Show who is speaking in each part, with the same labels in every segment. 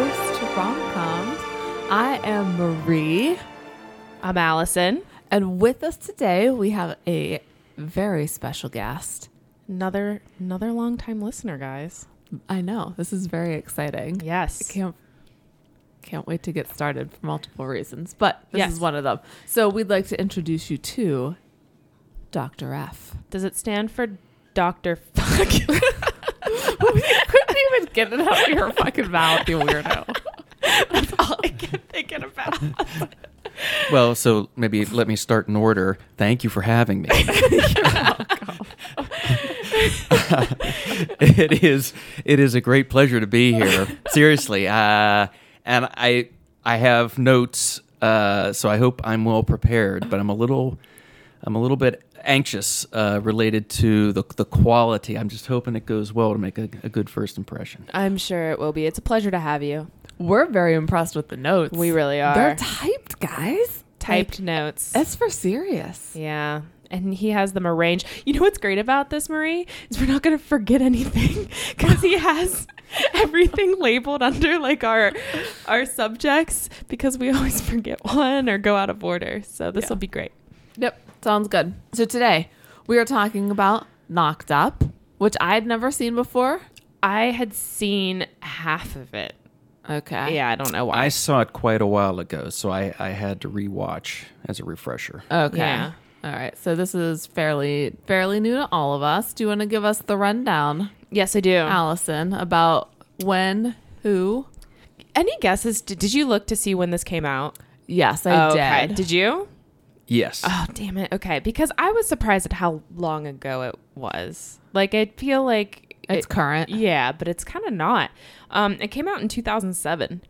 Speaker 1: Rom Coms.
Speaker 2: I am Marie,
Speaker 1: I'm Allison.
Speaker 2: and with us today we have a very special guest.
Speaker 1: Another another long time listener, guys.
Speaker 2: I know this is very exciting.
Speaker 1: Yes.
Speaker 2: Can't can't wait to get started for multiple reasons, but this
Speaker 1: Yes.
Speaker 2: is one of them. So we'd like to introduce you to Dr. F.
Speaker 1: Does it stand for Doctor Fuck?
Speaker 2: Couldn't even get it out of your fucking mouth, you weirdo.
Speaker 1: That's all I kept thinking about.
Speaker 3: Well, so maybe let me start in order. Thank you for having me. it is it is a great pleasure to be here. Seriously, uh, and I I have notes, uh, so I hope I'm well prepared. But I'm a little I'm a little bit anxious uh, related to the the quality. I'm just hoping it goes well to make a, a good first impression.
Speaker 1: I'm sure it will be. It's a pleasure to have you.
Speaker 2: We're very impressed with the notes.
Speaker 1: We really are.
Speaker 2: They're typed, guys.
Speaker 1: Typed notes.
Speaker 2: It's for serious.
Speaker 1: Yeah. And he has them arranged. You know what's great about this, Marie? Is we're not going to forget anything because he has everything labeled under like our our subjects because we always forget one or go out of order. So this
Speaker 2: Yeah.
Speaker 1: will be great.
Speaker 2: Yep, sounds good. So today we are talking about Knocked Up, which I had never seen before.
Speaker 1: I had seen half of it.
Speaker 2: Okay.
Speaker 1: Yeah, I don't know why.
Speaker 3: I saw it quite a while ago, so I, I had to rewatch as a refresher.
Speaker 2: Okay.
Speaker 1: Yeah.
Speaker 2: All right. So this is fairly fairly new to all of us. Do you want to give us the rundown,
Speaker 1: yes, I do.
Speaker 2: Allison, about when, who?
Speaker 1: Any guesses? Did, did you look to see when this came out? Oh,
Speaker 2: Yes, I
Speaker 1: okay.
Speaker 2: did.
Speaker 1: Did you?
Speaker 3: Yes.
Speaker 1: Oh, damn it. Okay. Because I was surprised at how long ago it was. Like, I feel like
Speaker 2: It's
Speaker 1: it-
Speaker 2: current.
Speaker 1: Yeah, but it's kind of not. Um, it came out in 2007.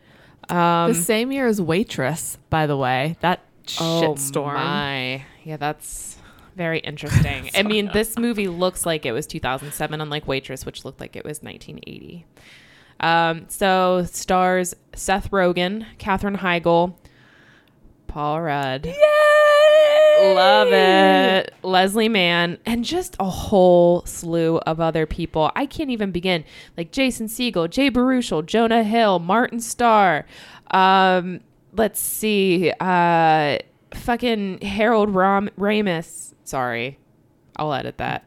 Speaker 2: the
Speaker 1: Um,
Speaker 2: same year as Waitress, by the way. That shit storm.
Speaker 1: Oh my. Yeah, that's very interesting. I mean, this movie looks like it was 2007, unlike Waitress, which looked like it was 1980. Um, so stars Seth Rogen, Katherine Heigl, Paul Rudd.
Speaker 2: Yay!
Speaker 1: Love it. Leslie Mann and just a whole slew of other people. I can't even begin. Like Jason Siegel, Jay Baruchel, Jonah Hill, Martin Starr. Um, let's see. Uh, fucking Harold Ram- Ramis. Sorry. I'll edit that.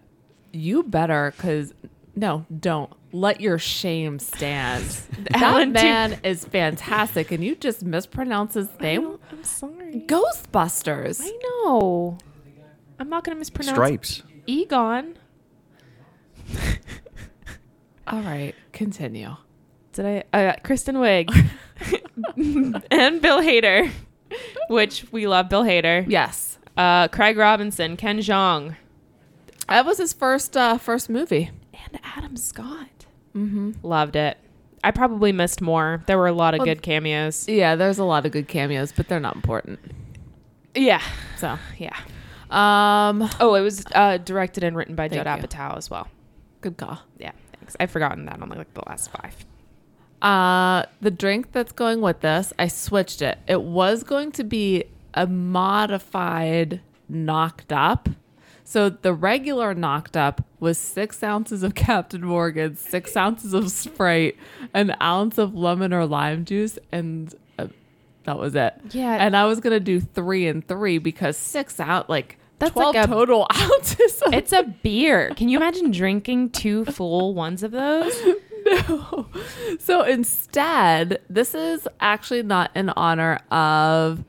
Speaker 2: You better, because no, don't let your shame stand. that
Speaker 1: Alan, too.
Speaker 2: man is fantastic, and you just mispronounce his name.
Speaker 1: I'm sorry.
Speaker 2: Ghostbusters.
Speaker 1: I know. I'm not going to mispronounce
Speaker 3: Stripes.
Speaker 1: Egon.
Speaker 2: All right, continue.
Speaker 1: Did I? Uh, Kristen Wiig and Bill Hader, which we love Bill Hader.
Speaker 2: Yes,
Speaker 1: Uh, Craig Robinson, Ken Jeong,
Speaker 2: that was his first uh, first movie.
Speaker 1: and Adam Scott. Mm-hmm. Loved it. I probably missed more. There were a lot of
Speaker 2: Well,
Speaker 1: good cameos.
Speaker 2: Yeah, there's a lot of good cameos, but they're not important.
Speaker 1: Yeah,
Speaker 2: So,
Speaker 1: yeah.
Speaker 2: um,
Speaker 1: Oh, it was uh, directed and written by
Speaker 2: Thank
Speaker 1: Judd
Speaker 2: you.
Speaker 1: Apatow as well.
Speaker 2: good call.
Speaker 1: Yeah, thanks. I've forgotten that on like the last five.
Speaker 2: Uh, the drink that's going with this, I switched it. It was going to be a modified knocked up. So the regular knocked up was six ounces of Captain Morgan, six ounces of Sprite, an ounce of lemon or lime juice, and uh, that was it.
Speaker 1: Yeah.
Speaker 2: And I was gonna do three and three because six out like
Speaker 1: That's
Speaker 2: twelve
Speaker 1: like a-
Speaker 2: total ounces. Of
Speaker 1: It's a beer. Can you imagine drinking two full ones of those?
Speaker 2: So instead, this is actually not in honor of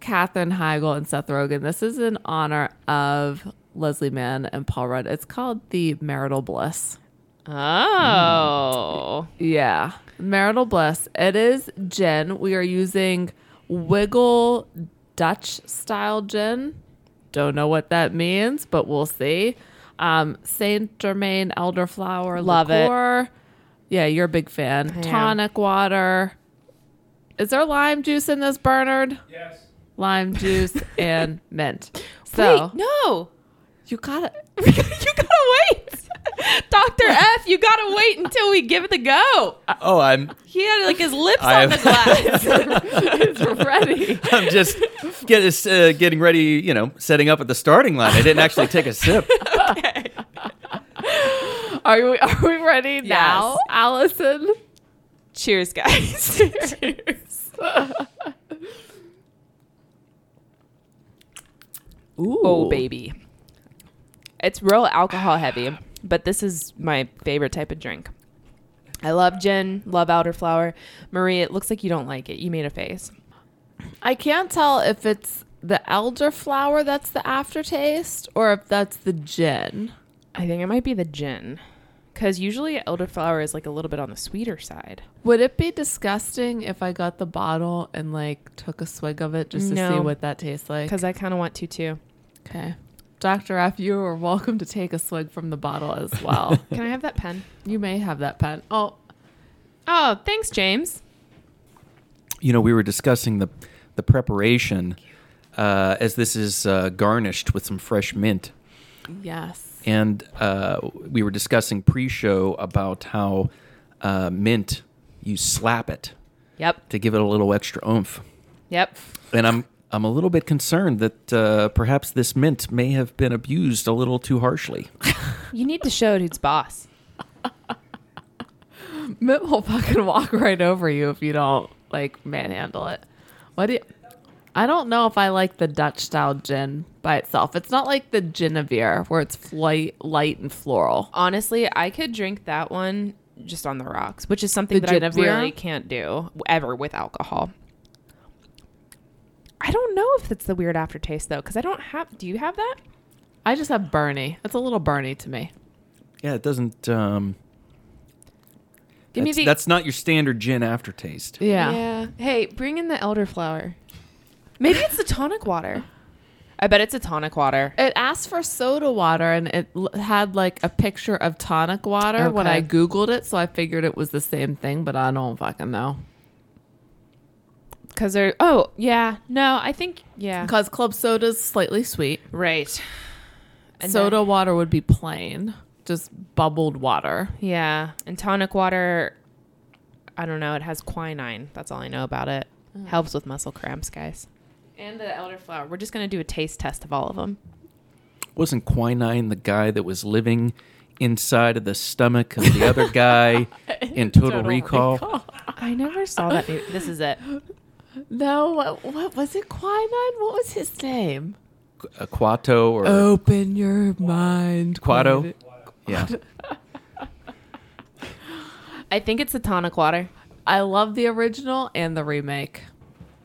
Speaker 2: Katherine Heigl and Seth Rogen. This is in honor of Leslie Mann and Paul Rudd. It's called the marital bliss.
Speaker 1: Oh,
Speaker 2: Yeah, marital bliss. It is gin. We are using Wiggle Dutch style gin. Don't know what that means, but we'll see. Um, Saint Germain elderflower
Speaker 1: Love it.
Speaker 2: liqueur. Yeah, you're a big fan.
Speaker 1: am.
Speaker 2: Tonic water. Is there lime juice in this, Bernard? Yes. Lime juice and mint. So
Speaker 1: wait, no.
Speaker 2: you got it.
Speaker 1: you gotta wait. Dr. F, you gotta wait until we give it the go.
Speaker 3: Oh, I'm
Speaker 1: He had like his lips on
Speaker 3: I'm-
Speaker 1: the glass.
Speaker 2: It's ready.
Speaker 3: I'm just get, uh, getting ready, you know, setting up at the starting line. I didn't actually take a sip.
Speaker 2: Are we are we ready now, Allison?
Speaker 1: Cheers, guys. Cheers.
Speaker 2: Ooh.
Speaker 1: oh, baby. It's real alcohol heavy, but this is my favorite type of drink. I love gin, love elderflower. Marie, it looks like you don't like it. You made a face.
Speaker 2: I can't tell if it's the elderflower that's the aftertaste or if that's the gin.
Speaker 1: I think it might be the gin. Because usually elderflower is like a little bit on the sweeter side.
Speaker 2: Would it be disgusting if I got the bottle and like took a swig of it just to
Speaker 1: No.
Speaker 2: see what that tastes like?
Speaker 1: Because I kind of want to too.
Speaker 2: Okay. Dr. F, you are welcome to take a swig from the bottle as well.
Speaker 1: Can I have that pen?
Speaker 2: you may have that pen. Oh,
Speaker 1: Oh, thanks, James.
Speaker 3: you know, we were discussing the the preparation uh, as this is uh, garnished with some fresh mint,
Speaker 2: yes.
Speaker 3: and uh, we were discussing pre-show about how uh, mint you slap it
Speaker 1: Yep.
Speaker 3: to give it a little extra oomph,
Speaker 1: Yep.
Speaker 3: and I'm I'm a little bit concerned that uh, perhaps this mint may have been abused a little too harshly.
Speaker 1: You need to show it who's boss.
Speaker 2: Mitt will fucking walk right over you if you don't like manhandle it. What do you. I don't know if I like the Dutch style gin by itself. It's not like the Genevieve where it's flight, light and floral.
Speaker 1: Honestly, I could drink that one just on the rocks, which is something
Speaker 2: The
Speaker 1: that I
Speaker 2: Genevieve?
Speaker 1: really can't do ever with alcohol. I don't know if it's the weird aftertaste though, because I don't have. Do you have that?
Speaker 2: I just have Bernie. It's a little Bernie to me.
Speaker 3: Yeah, it doesn't. Um,
Speaker 1: Give me
Speaker 3: that's,
Speaker 1: the.
Speaker 3: that's not your standard gin aftertaste.
Speaker 2: Yeah.
Speaker 1: Hey, bring in the elderflower. Maybe it's the tonic water. I bet it's a tonic water.
Speaker 2: It asked for soda water and it l- had like a picture of tonic water when
Speaker 1: Okay.
Speaker 2: I Googled it. So I figured it was the same thing, but I don't fucking know.
Speaker 1: Because they're. Oh, yeah. No, I think. Yeah.
Speaker 2: Because club soda's slightly sweet.
Speaker 1: Right. And
Speaker 2: soda water would be plain, just bubbled water.
Speaker 1: Yeah, and tonic water. I don't know. It has quinine. That's all I know about it. Helps with muscle cramps, guys. And the elderflower. We're just gonna do a taste test of all of them.
Speaker 3: wasn't quinine the guy that was living inside of the stomach of the other guy in total,
Speaker 2: Oh
Speaker 3: recall?
Speaker 1: I never saw that. Movie. This is it.
Speaker 2: No, what, what was it? Quinine? What was his name?
Speaker 3: Uh, Quato or
Speaker 2: Open your mind.
Speaker 3: Quato? Yeah.
Speaker 1: I think it's the tonic water.
Speaker 2: I love the original and the remake.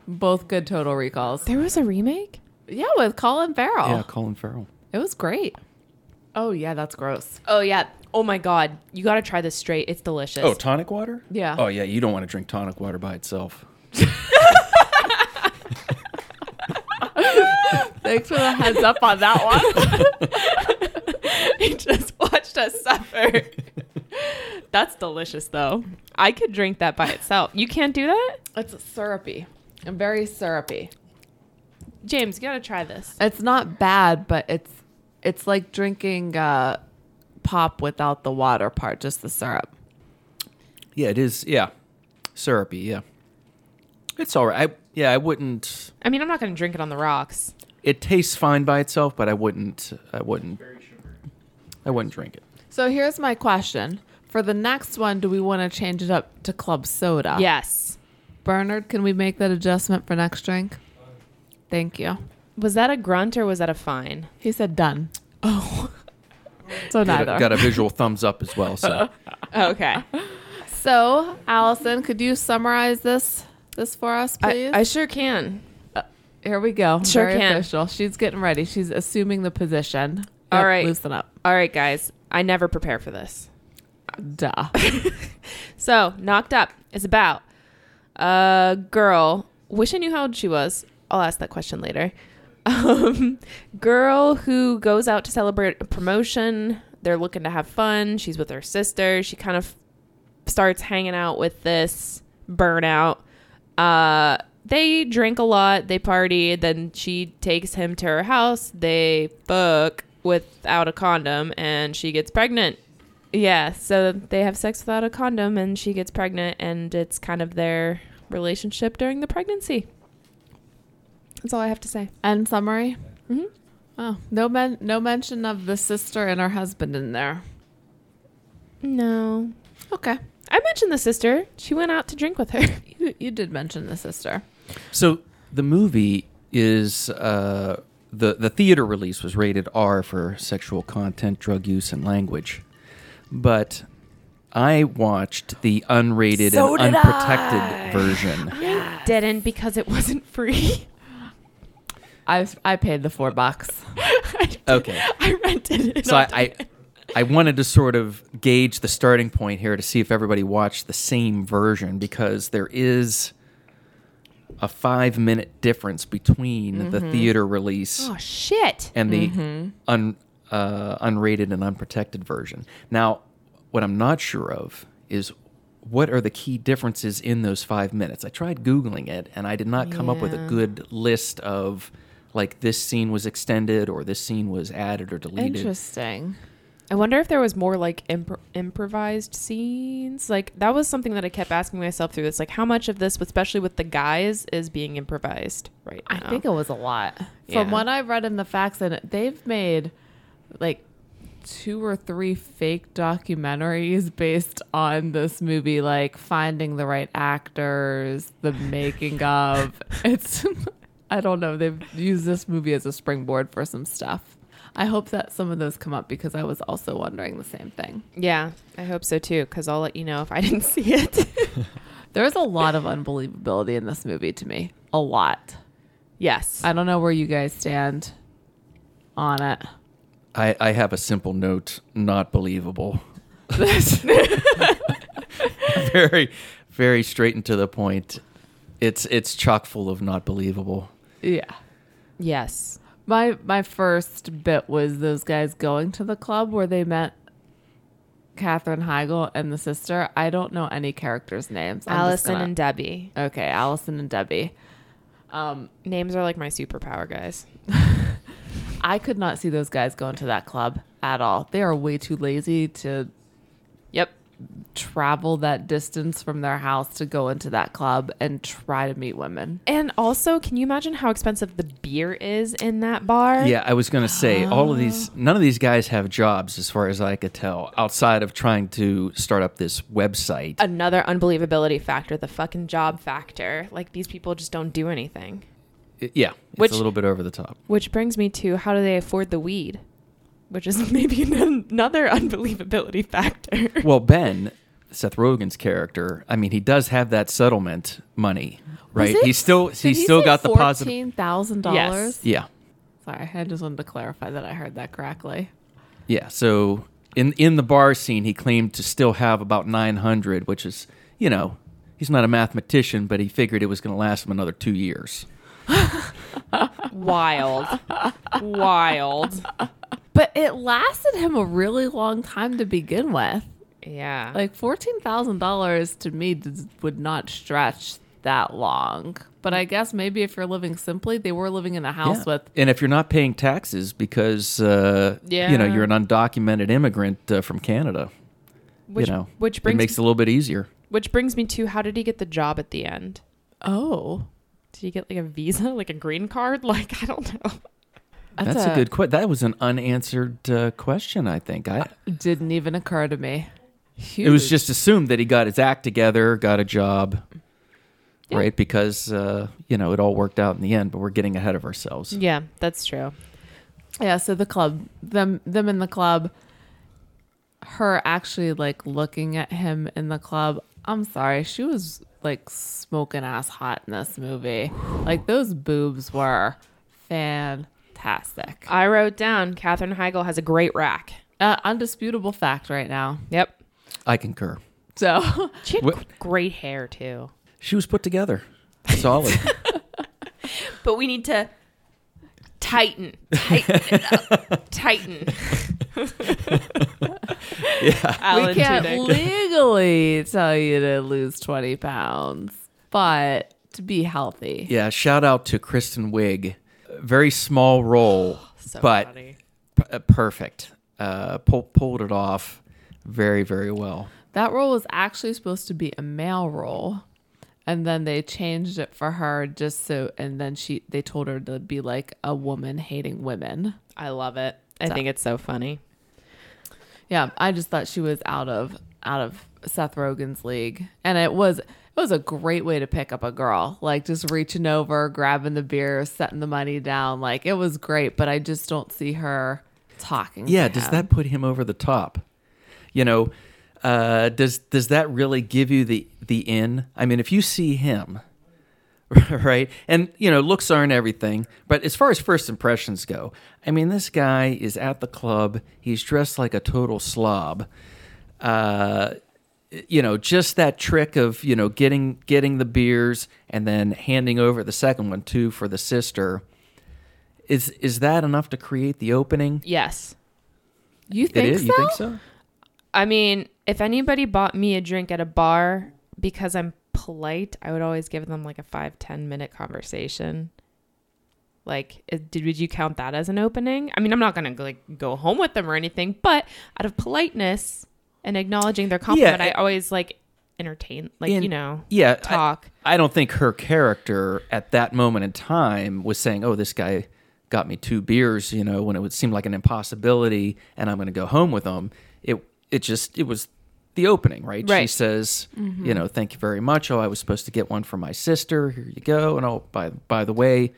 Speaker 2: Both good total recalls.
Speaker 1: There was a remake.
Speaker 2: Yeah, with Colin Farrell.
Speaker 3: Yeah, Colin Farrell.
Speaker 2: It was great. Oh yeah, that's gross.
Speaker 1: Oh yeah. Oh my god. You gotta try this straight. It's delicious.
Speaker 3: Oh, tonic water?
Speaker 2: Yeah.
Speaker 3: Oh, yeah, you don't want to drink tonic water by itself.
Speaker 2: Thanks for the heads up on that one.
Speaker 1: he just watched us suffer. That's delicious though. I could drink that by itself. You can't do that,
Speaker 2: It's syrupy. and very syrupy.
Speaker 1: James. You gotta try this.
Speaker 2: It's not bad, but it's it's like drinking uh, pop without the water part, just the syrup.
Speaker 3: Yeah, it is. Yeah. Syrupy, yeah. It's all right. I, yeah, I wouldn't.
Speaker 1: I mean, I'm not gonna drink it on the rocks.
Speaker 3: It tastes fine by itself, but I wouldn't. I wouldn't. I wouldn't drink it.
Speaker 2: So here's my question. For the next one, do we want to change it up to club
Speaker 1: Ah.
Speaker 2: soda?
Speaker 1: Yes.
Speaker 2: Bernard, can we make that adjustment for next drink? Thank you.
Speaker 1: Was that a grunt or was that a fine?
Speaker 2: He said done. Oh. so
Speaker 3: Got a-
Speaker 2: neither.
Speaker 3: Got a visual thumbs up as well. So
Speaker 1: Oh, Okay.
Speaker 2: So, Allison, could you summarize this this for us,
Speaker 1: I,
Speaker 2: please?
Speaker 1: I sure can.
Speaker 2: Here we go.
Speaker 1: Sure
Speaker 2: Very
Speaker 1: can.
Speaker 2: official. She's getting ready. She's assuming the position. Yep,
Speaker 1: All right.
Speaker 2: Loosen up.
Speaker 1: All right, guys. I never prepare for this.
Speaker 2: Duh.
Speaker 1: So, Knocked Up is about a girl. Wish I knew how old she was. I'll ask that question later. Um, girl who goes out to celebrate a promotion. They're looking to have fun. She's with her sister. She kind of starts hanging out with this burnout. Uh, they drink a lot. They party. Then she takes him to her house. They fuck without a condom, and she gets pregnant. Yeah, so they have sex without a condom, and she gets pregnant, and it's kind of their relationship during the pregnancy. That's all I have to say.
Speaker 2: End summary.
Speaker 1: Mhm.
Speaker 2: Oh, no men, no mention of the sister and her husband in there.
Speaker 1: No,
Speaker 2: Okay.
Speaker 1: I mentioned the sister. She went out to drink with her.
Speaker 2: You, you did mention the sister.
Speaker 3: So the movie is uh, the the theater release was rated R for sexual content, drug use, and language, but I watched the unrated
Speaker 2: So
Speaker 3: and
Speaker 2: did
Speaker 3: unprotected
Speaker 2: I.
Speaker 3: version.
Speaker 1: I didn't because it wasn't free.
Speaker 2: I I paid the four bucks.
Speaker 1: I,
Speaker 3: Okay.
Speaker 1: I rented it.
Speaker 3: So I,
Speaker 1: on-
Speaker 3: I I wanted to sort of gauge the starting point here to see if everybody watched the same version because there is a five minute difference between the
Speaker 2: Mm-hmm.
Speaker 3: theater release
Speaker 1: oh shit.
Speaker 3: and the un, uh, unrated and unprotected version. Now, what I'm not sure of is what are the key differences in those five minutes. I tried Googling it and I did not come up with a
Speaker 1: Yeah.
Speaker 3: good list of like this scene was extended or this scene was added or deleted.
Speaker 2: Interesting.
Speaker 1: I wonder if there was more like impro- improvised scenes. Like that was something that I kept asking myself through. It's like how much of this, especially with the guys, is being improvised right now.
Speaker 2: I think it was a lot.
Speaker 1: Yeah.
Speaker 2: From what I read in the facts, and they've made like two or three fake documentaries based on this movie, like finding the right actors, the making of. It's, I don't know. They've used this movie as a springboard for some stuff. I hope that some of those come up because I was also wondering the same thing.
Speaker 1: yeah, I hope so too. Because I'll let you know if I didn't see it.
Speaker 2: There's a lot of unbelievability in this movie to me. A lot.
Speaker 1: yes.
Speaker 2: I don't know where you guys stand on it.
Speaker 3: I, I have a simple note, not believable. very, very straight and to the point. It's it's chock full of not believable.
Speaker 2: Yeah.
Speaker 1: yes.
Speaker 2: My my first bit was those guys going to the club where they met Katherine Heigl and the sister. I don't know any characters' names. I'm just
Speaker 1: Allison
Speaker 2: gonna-
Speaker 1: and Debbie.
Speaker 2: okay, Allison and Debbie. Um,
Speaker 1: Names are like my superpower, guys.
Speaker 2: I could not see those guys going to that club at all. They are way too lazy to
Speaker 1: Yep.
Speaker 2: travel that distance from their house to go into that club and try to meet women.
Speaker 1: And also, can you imagine how expensive the beer is in that bar?
Speaker 3: Yeah, I was gonna say all of
Speaker 2: Oh.
Speaker 3: these. None of these guys have jobs, as far as I could tell, outside of trying to start up this website.
Speaker 2: Uh,
Speaker 1: Another unbelievability factor, the fucking job factor. Like these people just don't do anything.
Speaker 3: I- yeah, it's
Speaker 1: Which-
Speaker 3: a little bit over the top.
Speaker 1: Which brings me to how do they afford the weed? Which is maybe an- another unbelievability factor.
Speaker 3: Well, Ben, Seth Rogen's character. I mean, he does have that settlement money, right?
Speaker 2: it-
Speaker 3: He's still he's still got the positive.
Speaker 2: Fourteen thousand dollars.
Speaker 1: Yes.
Speaker 3: Yeah,
Speaker 2: Sorry, I just wanted to clarify that I heard that correctly.
Speaker 3: Yeah. So in in the bar scene, he claimed to still have about 900, which is you know he's not a mathematician, but he figured it was going to last him another two years.
Speaker 1: Wild. Wild.
Speaker 2: But it lasted him a really long time to begin with.
Speaker 1: Yeah.
Speaker 2: Like fourteen thousand dollars to me d- would not stretch that long. But I guess maybe if you're living simply, they were living in a house
Speaker 3: Yeah.
Speaker 2: with.
Speaker 3: and if you're not paying taxes because uh, you
Speaker 1: Yeah.
Speaker 3: know you're an undocumented immigrant uh, from Canada,
Speaker 1: which,
Speaker 3: you know,
Speaker 1: which
Speaker 3: it
Speaker 1: brings
Speaker 3: makes it a little bit easier.
Speaker 1: which brings me to how did he get the job at the end?
Speaker 2: Oh,
Speaker 1: Did he get like a visa, like a green card? Like I don't know.
Speaker 3: That's, a, good question. That was an unanswered uh, question. I think I.
Speaker 2: Didn't even occur to me.
Speaker 3: It was
Speaker 2: Huge.
Speaker 3: just assumed that he got his act together, got a job,
Speaker 1: Yeah.
Speaker 3: right? Because uh, you know it all worked out in the end. But we're getting ahead of ourselves.
Speaker 1: Yeah, that's true.
Speaker 2: Yeah, so the club, them them in the club, her actually like looking at him in the club. I'm sorry, she was like smoking ass hot in this movie. Like those boobs were fantastic.
Speaker 1: I wrote down Katherine Heigl has a great rack.
Speaker 2: Uh, undisputable fact right now.
Speaker 1: Yep.
Speaker 3: I concur.
Speaker 2: So
Speaker 1: She had
Speaker 3: Wh-
Speaker 1: g- great hair too.
Speaker 3: She was put together. Solid.
Speaker 1: But we need to tighten, tighten, it up, tighten. yeah,
Speaker 2: we can't legally tell you to lose 20 pounds, but to be healthy.
Speaker 3: yeah, shout out to Kristen Wiig. Very small role, but p- uh, perfect. Uh, pull, pulled it off very, very well.
Speaker 2: That role was actually supposed to be a male role. And then they changed it for her just so and then she they told her to be like a woman hating women.
Speaker 1: I love it. I think it's so funny.
Speaker 2: Yeah, I just thought she was out of out of Seth Rogen's league, and it was it was a great way to pick up a girl. Like just reaching over, grabbing the beer, setting the money down. Like it was great, but I just don't see her talking. to
Speaker 3: Yeah, does
Speaker 2: him.
Speaker 3: that put him over the top? You know, uh, does does that really give you the the in? I mean, if you see him, right, and you know, looks aren't everything, but as far as first impressions go, I mean, this guy is at the club. He's dressed like a total slob. Uh, you know, just that trick of you know getting getting the beers and then handing over the second one too for the sister. Is is that enough to create the opening?
Speaker 1: Yes.
Speaker 2: you
Speaker 3: It
Speaker 2: think
Speaker 3: is.
Speaker 2: so?
Speaker 3: You think so?
Speaker 1: I mean, if anybody bought me a drink at a bar because I'm polite, I would always give them like a five ten minute conversation. Like, is- did would you count that as an opening? I mean, I'm not gonna like go home with them or anything, but out of politeness and acknowledging their compliment, I
Speaker 3: it-
Speaker 1: always like entertain, like
Speaker 3: In-
Speaker 1: you know,
Speaker 3: yeah, I-
Speaker 1: talk.
Speaker 3: I don't think her character at that moment in time was saying, "Oh, this guy got me two beers," you know, when it would seem like an impossibility, and I'm going to go home with him. It it just it was the opening, right? She
Speaker 1: Right.
Speaker 3: says, "You know, thank you very much. Oh, I was supposed to get one for my sister. Here you go." And oh, by by the way,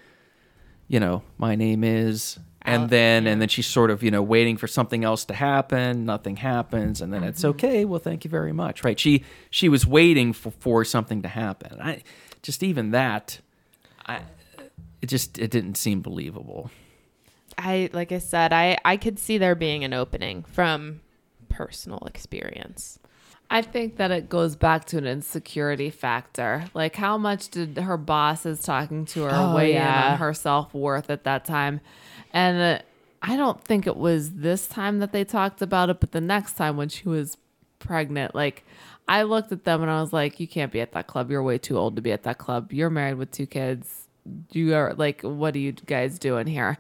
Speaker 3: you know, my name is. And
Speaker 1: Al-
Speaker 3: then and then she's sort of you know waiting for something else to happen. Nothing happens, and then it's
Speaker 1: Mm-hmm.
Speaker 3: okay. Well, thank you very much. Right? She she was waiting for, for something to happen. I just even that, I it just it didn't seem believable.
Speaker 1: I like I said, I I could see there being an opening from personal experience.
Speaker 2: I think that it goes back to an insecurity factor. Like, how much did her bosses talking to her
Speaker 1: Oh,
Speaker 2: weigh in
Speaker 1: yeah.
Speaker 2: on her self worth at that time? And uh, I don't think it was this time that they talked about it, but the next time when she was pregnant, like, I looked at them and I was like, you can't be at that club. You're way too old to be at that club. You're married with two kids. You are like, what are you guys doing here?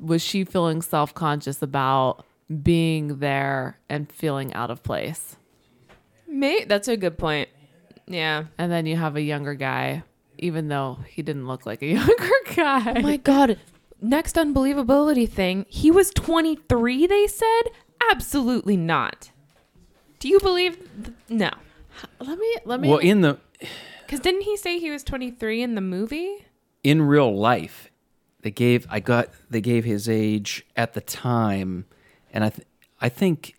Speaker 2: Was she feeling self conscious about being there and feeling out of place?
Speaker 1: May that's a good point. Yeah.
Speaker 2: and then you have a younger guy, even though he didn't look like a younger guy.
Speaker 1: Oh my god. Next unbelievability thing. He was 23, they said? Absolutely not. Do you believe th- no.
Speaker 2: let me let me.
Speaker 3: Well, in the
Speaker 1: Cuz didn't he say he was 23 in the movie?
Speaker 3: in real life, they gave I got they gave his age at the time, and I th- I think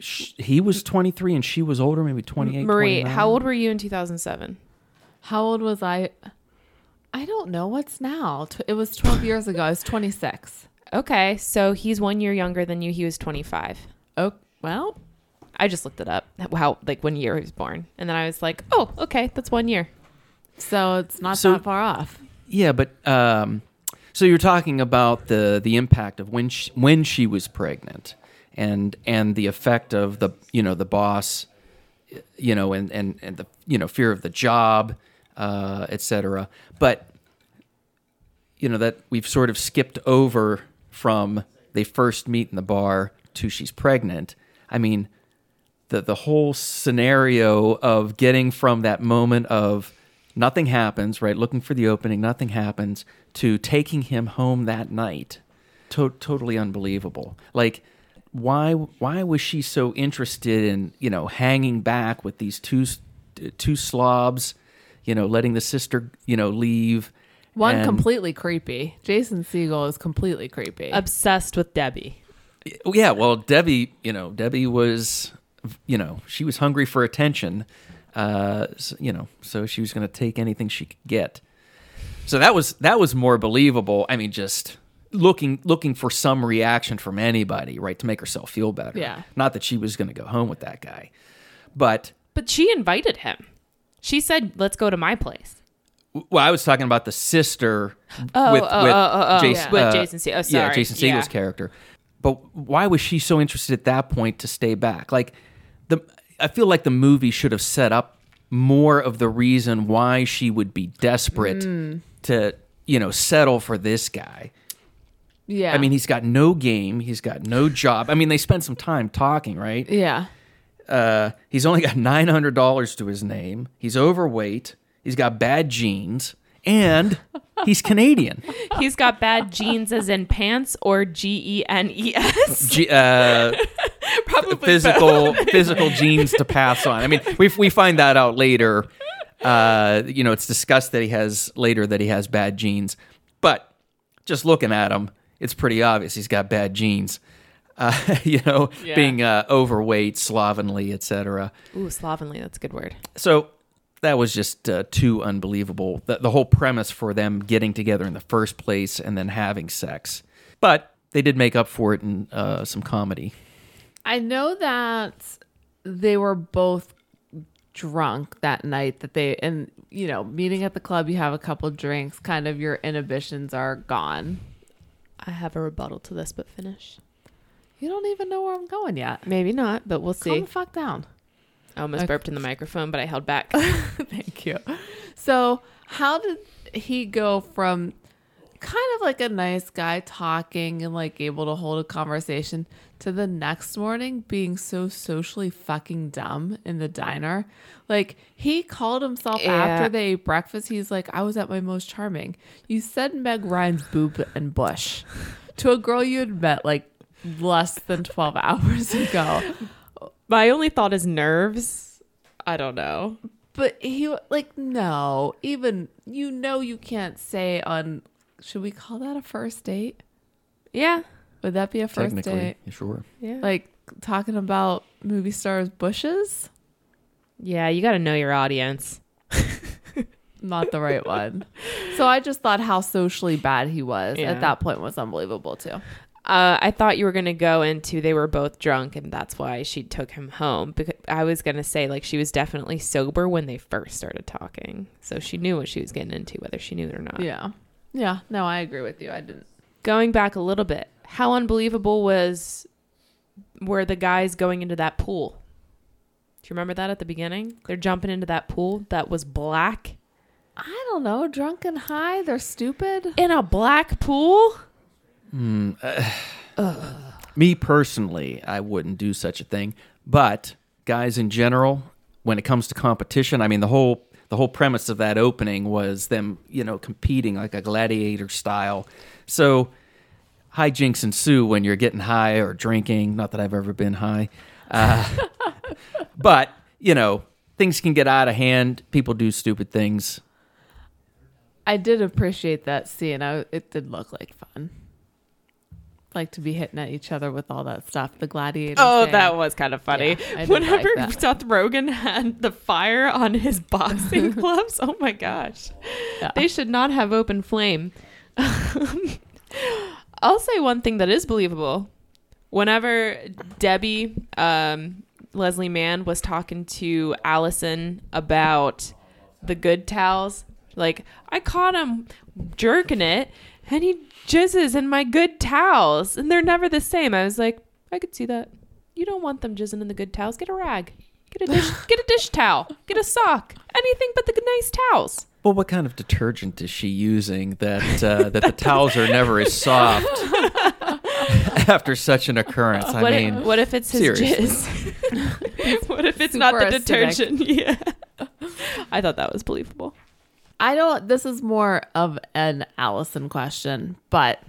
Speaker 3: sh he was 23 and she was older, maybe 28.
Speaker 1: Marie,
Speaker 3: 29.
Speaker 1: how old were you in 2007?
Speaker 2: how old was I? I don't know what's now. Tw- It was twelve years ago. I was twenty six.
Speaker 1: Okay, so he's 1 year younger than you. He was 25.
Speaker 2: Oh well,
Speaker 1: I just looked it up. How like when year he was born. And then I was like, "Oh, okay, that's 1 year."
Speaker 2: so it's not
Speaker 3: So-
Speaker 2: that far off.
Speaker 3: Yeah, but um, so you're talking about the the impact of when she, when she was pregnant, and and the effect of the you know the boss, you know, and and and the you know fear of the job, uh, etc. But you know that we've sort of skipped over from they first meet in the bar to she's pregnant. I mean, the the whole scenario of getting from that moment of nothing happens, right, looking for the opening, nothing happens, to taking him home that night, to- totally unbelievable. Like, why why was she so interested in you know hanging back with these two s- two slobs, you know, letting the sister you know leave.
Speaker 2: One
Speaker 3: and-
Speaker 2: completely creepy. Jason Siegel is completely creepy.
Speaker 1: Obsessed with Debbie.
Speaker 3: Oh, yeah well debbie you know debbie was you know she was hungry for attention uh s- you know so she was going to take anything she could get so that was that was more believable i mean just looking looking for some reaction from anybody right to make herself feel better
Speaker 2: Yeah.
Speaker 3: not that she was going to go home with that guy but
Speaker 1: But she invited him. She said, "Let's go to my place."
Speaker 3: well i was talking about the sister with,
Speaker 1: oh,
Speaker 3: with,
Speaker 1: oh, oh, oh,
Speaker 3: jason,
Speaker 1: with
Speaker 3: uh,
Speaker 1: Jason Se- oh,
Speaker 3: yeah
Speaker 1: sorry.
Speaker 3: jason siegel's
Speaker 1: Yeah.
Speaker 3: character but why was she so interested at that point to stay back like the i feel like the movie should have set up more of the reason why she would be desperate to you know settle for this guy
Speaker 2: yeah,
Speaker 3: i mean he's got no game he's got no job i mean they spent some time talking right
Speaker 2: yeah,
Speaker 3: uh, he's only got nine hundred dollars to his name. He's overweight. He's got bad genes, and He's Canadian.
Speaker 1: He's got bad jeans as in pants or G E N E S.
Speaker 3: G- uh,
Speaker 1: Probably
Speaker 3: physical
Speaker 1: both.
Speaker 3: physical genes to pass on. I mean, we we find that out later. Uh, you know, it's discussed that he has later that he has bad genes, but just looking at him, it's pretty obvious he's got bad genes. Uh, you know,
Speaker 2: Yeah.
Speaker 3: being uh, overweight, slovenly, etc.
Speaker 1: Ooh, slovenly. That's a good word.
Speaker 3: So that was just uh, too unbelievable. The, the whole premise for them getting together in the first place and then having sex, but they did make up for it in uh, some comedy.
Speaker 2: I know that they were both drunk that night that they and you know meeting at the club you have a couple drinks kind of your inhibitions are gone
Speaker 1: I have a rebuttal to this, but finish.
Speaker 2: you don't even know where i'm going yet
Speaker 1: Maybe not, but we'll
Speaker 2: calm
Speaker 1: see.
Speaker 2: the fuck down
Speaker 1: I almost burped in the microphone, but I held back.
Speaker 2: Thank you. So, how did he go from kind of like a nice guy talking and like able to hold a conversation to the next morning being so socially fucking dumb in the diner? Like, he called himself
Speaker 1: Yeah.
Speaker 2: after they ate breakfast. He's like, I was at my most charming. You said Meg Ryan's boob and bush to a girl you had met like less than 12 hours ago.
Speaker 1: My only thought is nerves. I don't know.
Speaker 2: But he like no, even you know you can't say on. Should we call that a first date?
Speaker 1: Yeah.
Speaker 2: Would that be a first date?
Speaker 3: sure.
Speaker 1: Yeah.
Speaker 2: Like talking about movie stars' bushes?
Speaker 1: yeah, you got to know your audience.
Speaker 2: Not the right one. So I just thought how socially bad he was
Speaker 1: Yeah.
Speaker 2: at that point was unbelievable too.
Speaker 1: Uh, I thought you were gonna go into they were both drunk and that's why she took him home. Because I was gonna say like she was definitely sober when they first started talking, so she knew what she was getting into, whether she knew it or not.
Speaker 2: Yeah, yeah. No, I agree with you. I didn't.
Speaker 1: Going back a little bit, how unbelievable was were the guys going into that pool? Do you remember that at the beginning? They're jumping into that pool that was black
Speaker 2: I don't know. Drunk and high, they're stupid.
Speaker 1: in a black pool.
Speaker 3: Me personally, I wouldn't do such a thing. But guys in general, when it comes to competition, I mean the whole the whole premise of that opening was them, you know, competing like a gladiator style. So hijinks ensue when you're getting high or drinking. Not that I've ever been high, uh, but you know things can get out of hand. People do stupid things.
Speaker 2: I did appreciate that scene. I, it did look like fun. Like to be hitting at each other with all that stuff. The gladiator.
Speaker 1: Oh,
Speaker 2: thing.
Speaker 1: that was kind of funny.
Speaker 2: Yeah, I did
Speaker 1: Whenever
Speaker 2: like that.
Speaker 1: Seth Rogen had the fire on his boxing gloves, oh my gosh.
Speaker 2: Yeah.
Speaker 1: They should not have open flame. I'll say one thing that is believable. Whenever Debbie, um, Leslie Mann, was talking to Allison about the good towels, like, I caught him jerking it and he jizzes in my good towels and they're never the same. I was like, I could see that. You don't want them jizzing in the good towels. Get a rag. Get a dish. get a dish towel. Get a sock. Anything but the good nice towels.
Speaker 3: Well, what kind of detergent is she using that uh, that the towels are never as soft after such an occurrence? I
Speaker 1: what,
Speaker 3: mean,
Speaker 1: if, what if it's his
Speaker 3: seriously.
Speaker 1: jizz? what if it's not the
Speaker 2: Super acidic.
Speaker 1: detergent? Yeah. I thought that was believable.
Speaker 2: I don't. This is more of an Allison question, but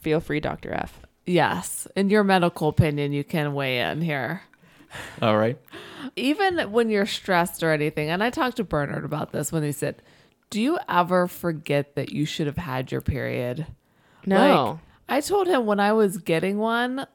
Speaker 1: Feel free, Dr. F.
Speaker 2: yes, in your medical opinion, you can weigh in here.
Speaker 3: all right.
Speaker 2: Even when you're stressed or anything, and I talked to Bernard about this when he said, "Do you ever forget that you should have had your period?"
Speaker 1: No.
Speaker 2: Like, I told him when I was getting one,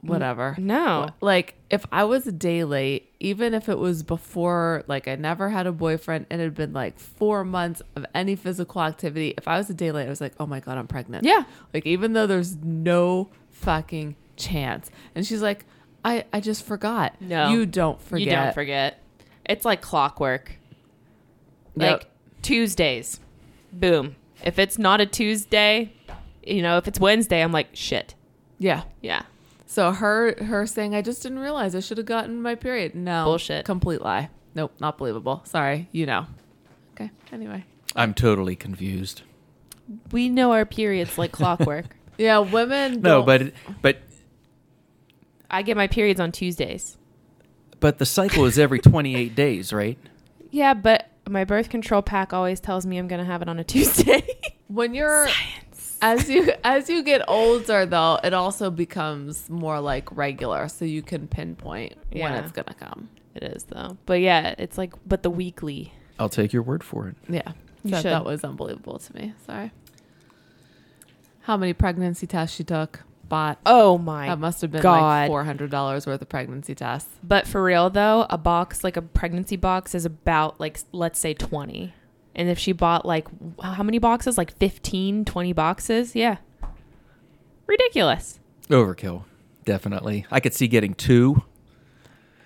Speaker 2: whatever.
Speaker 1: no.
Speaker 2: Like if I was a day late, even if it was before, like I never had a boyfriend and it had been like four months of any physical activity, if I was a day late, I was like, oh my God, I'm pregnant.
Speaker 1: Yeah.
Speaker 2: Like even though there's no fucking chance. And she's like, I, I just forgot.
Speaker 1: No.
Speaker 2: You don't forget.
Speaker 1: You don't forget. It's like clockwork.
Speaker 2: Yep.
Speaker 1: Like Tuesdays. Boom. If it's not a Tuesday, you know, if it's Wednesday, I'm like, shit.
Speaker 2: Yeah.
Speaker 1: Yeah.
Speaker 2: So her her saying, I just didn't realize I should have gotten my period. No.
Speaker 1: Bullshit.
Speaker 2: Complete lie. Nope, not believable. Sorry, you know. Okay. Anyway.
Speaker 3: I'm totally confused.
Speaker 1: We know our periods like clockwork.
Speaker 2: Yeah, women
Speaker 3: No,
Speaker 2: don't-
Speaker 3: but but
Speaker 1: I get my periods on Tuesdays.
Speaker 3: but the cycle is every 28 days, right?
Speaker 1: Yeah, but my birth control pack always tells me I'm going to have it on a Tuesday.
Speaker 2: When you're as you as you get older though, it also becomes more like regular so you can pinpoint when
Speaker 1: Yeah.
Speaker 2: it's going to come.
Speaker 1: it is though. But yeah, it's like but the weekly.
Speaker 3: I'll take your word for it.
Speaker 2: Yeah.
Speaker 1: You
Speaker 2: That,
Speaker 1: should.
Speaker 2: that was unbelievable to me. Sorry. How many pregnancy tests she took? Bought.
Speaker 1: Oh my
Speaker 2: that must have been
Speaker 1: God.
Speaker 2: like $400 worth of pregnancy tests.
Speaker 1: But for real though, a box like a pregnancy box is about like let's say 20. And if she bought like w- how many boxes? Like 15, 20 boxes? Yeah. Ridiculous.
Speaker 3: Overkill, definitely. I could see getting two.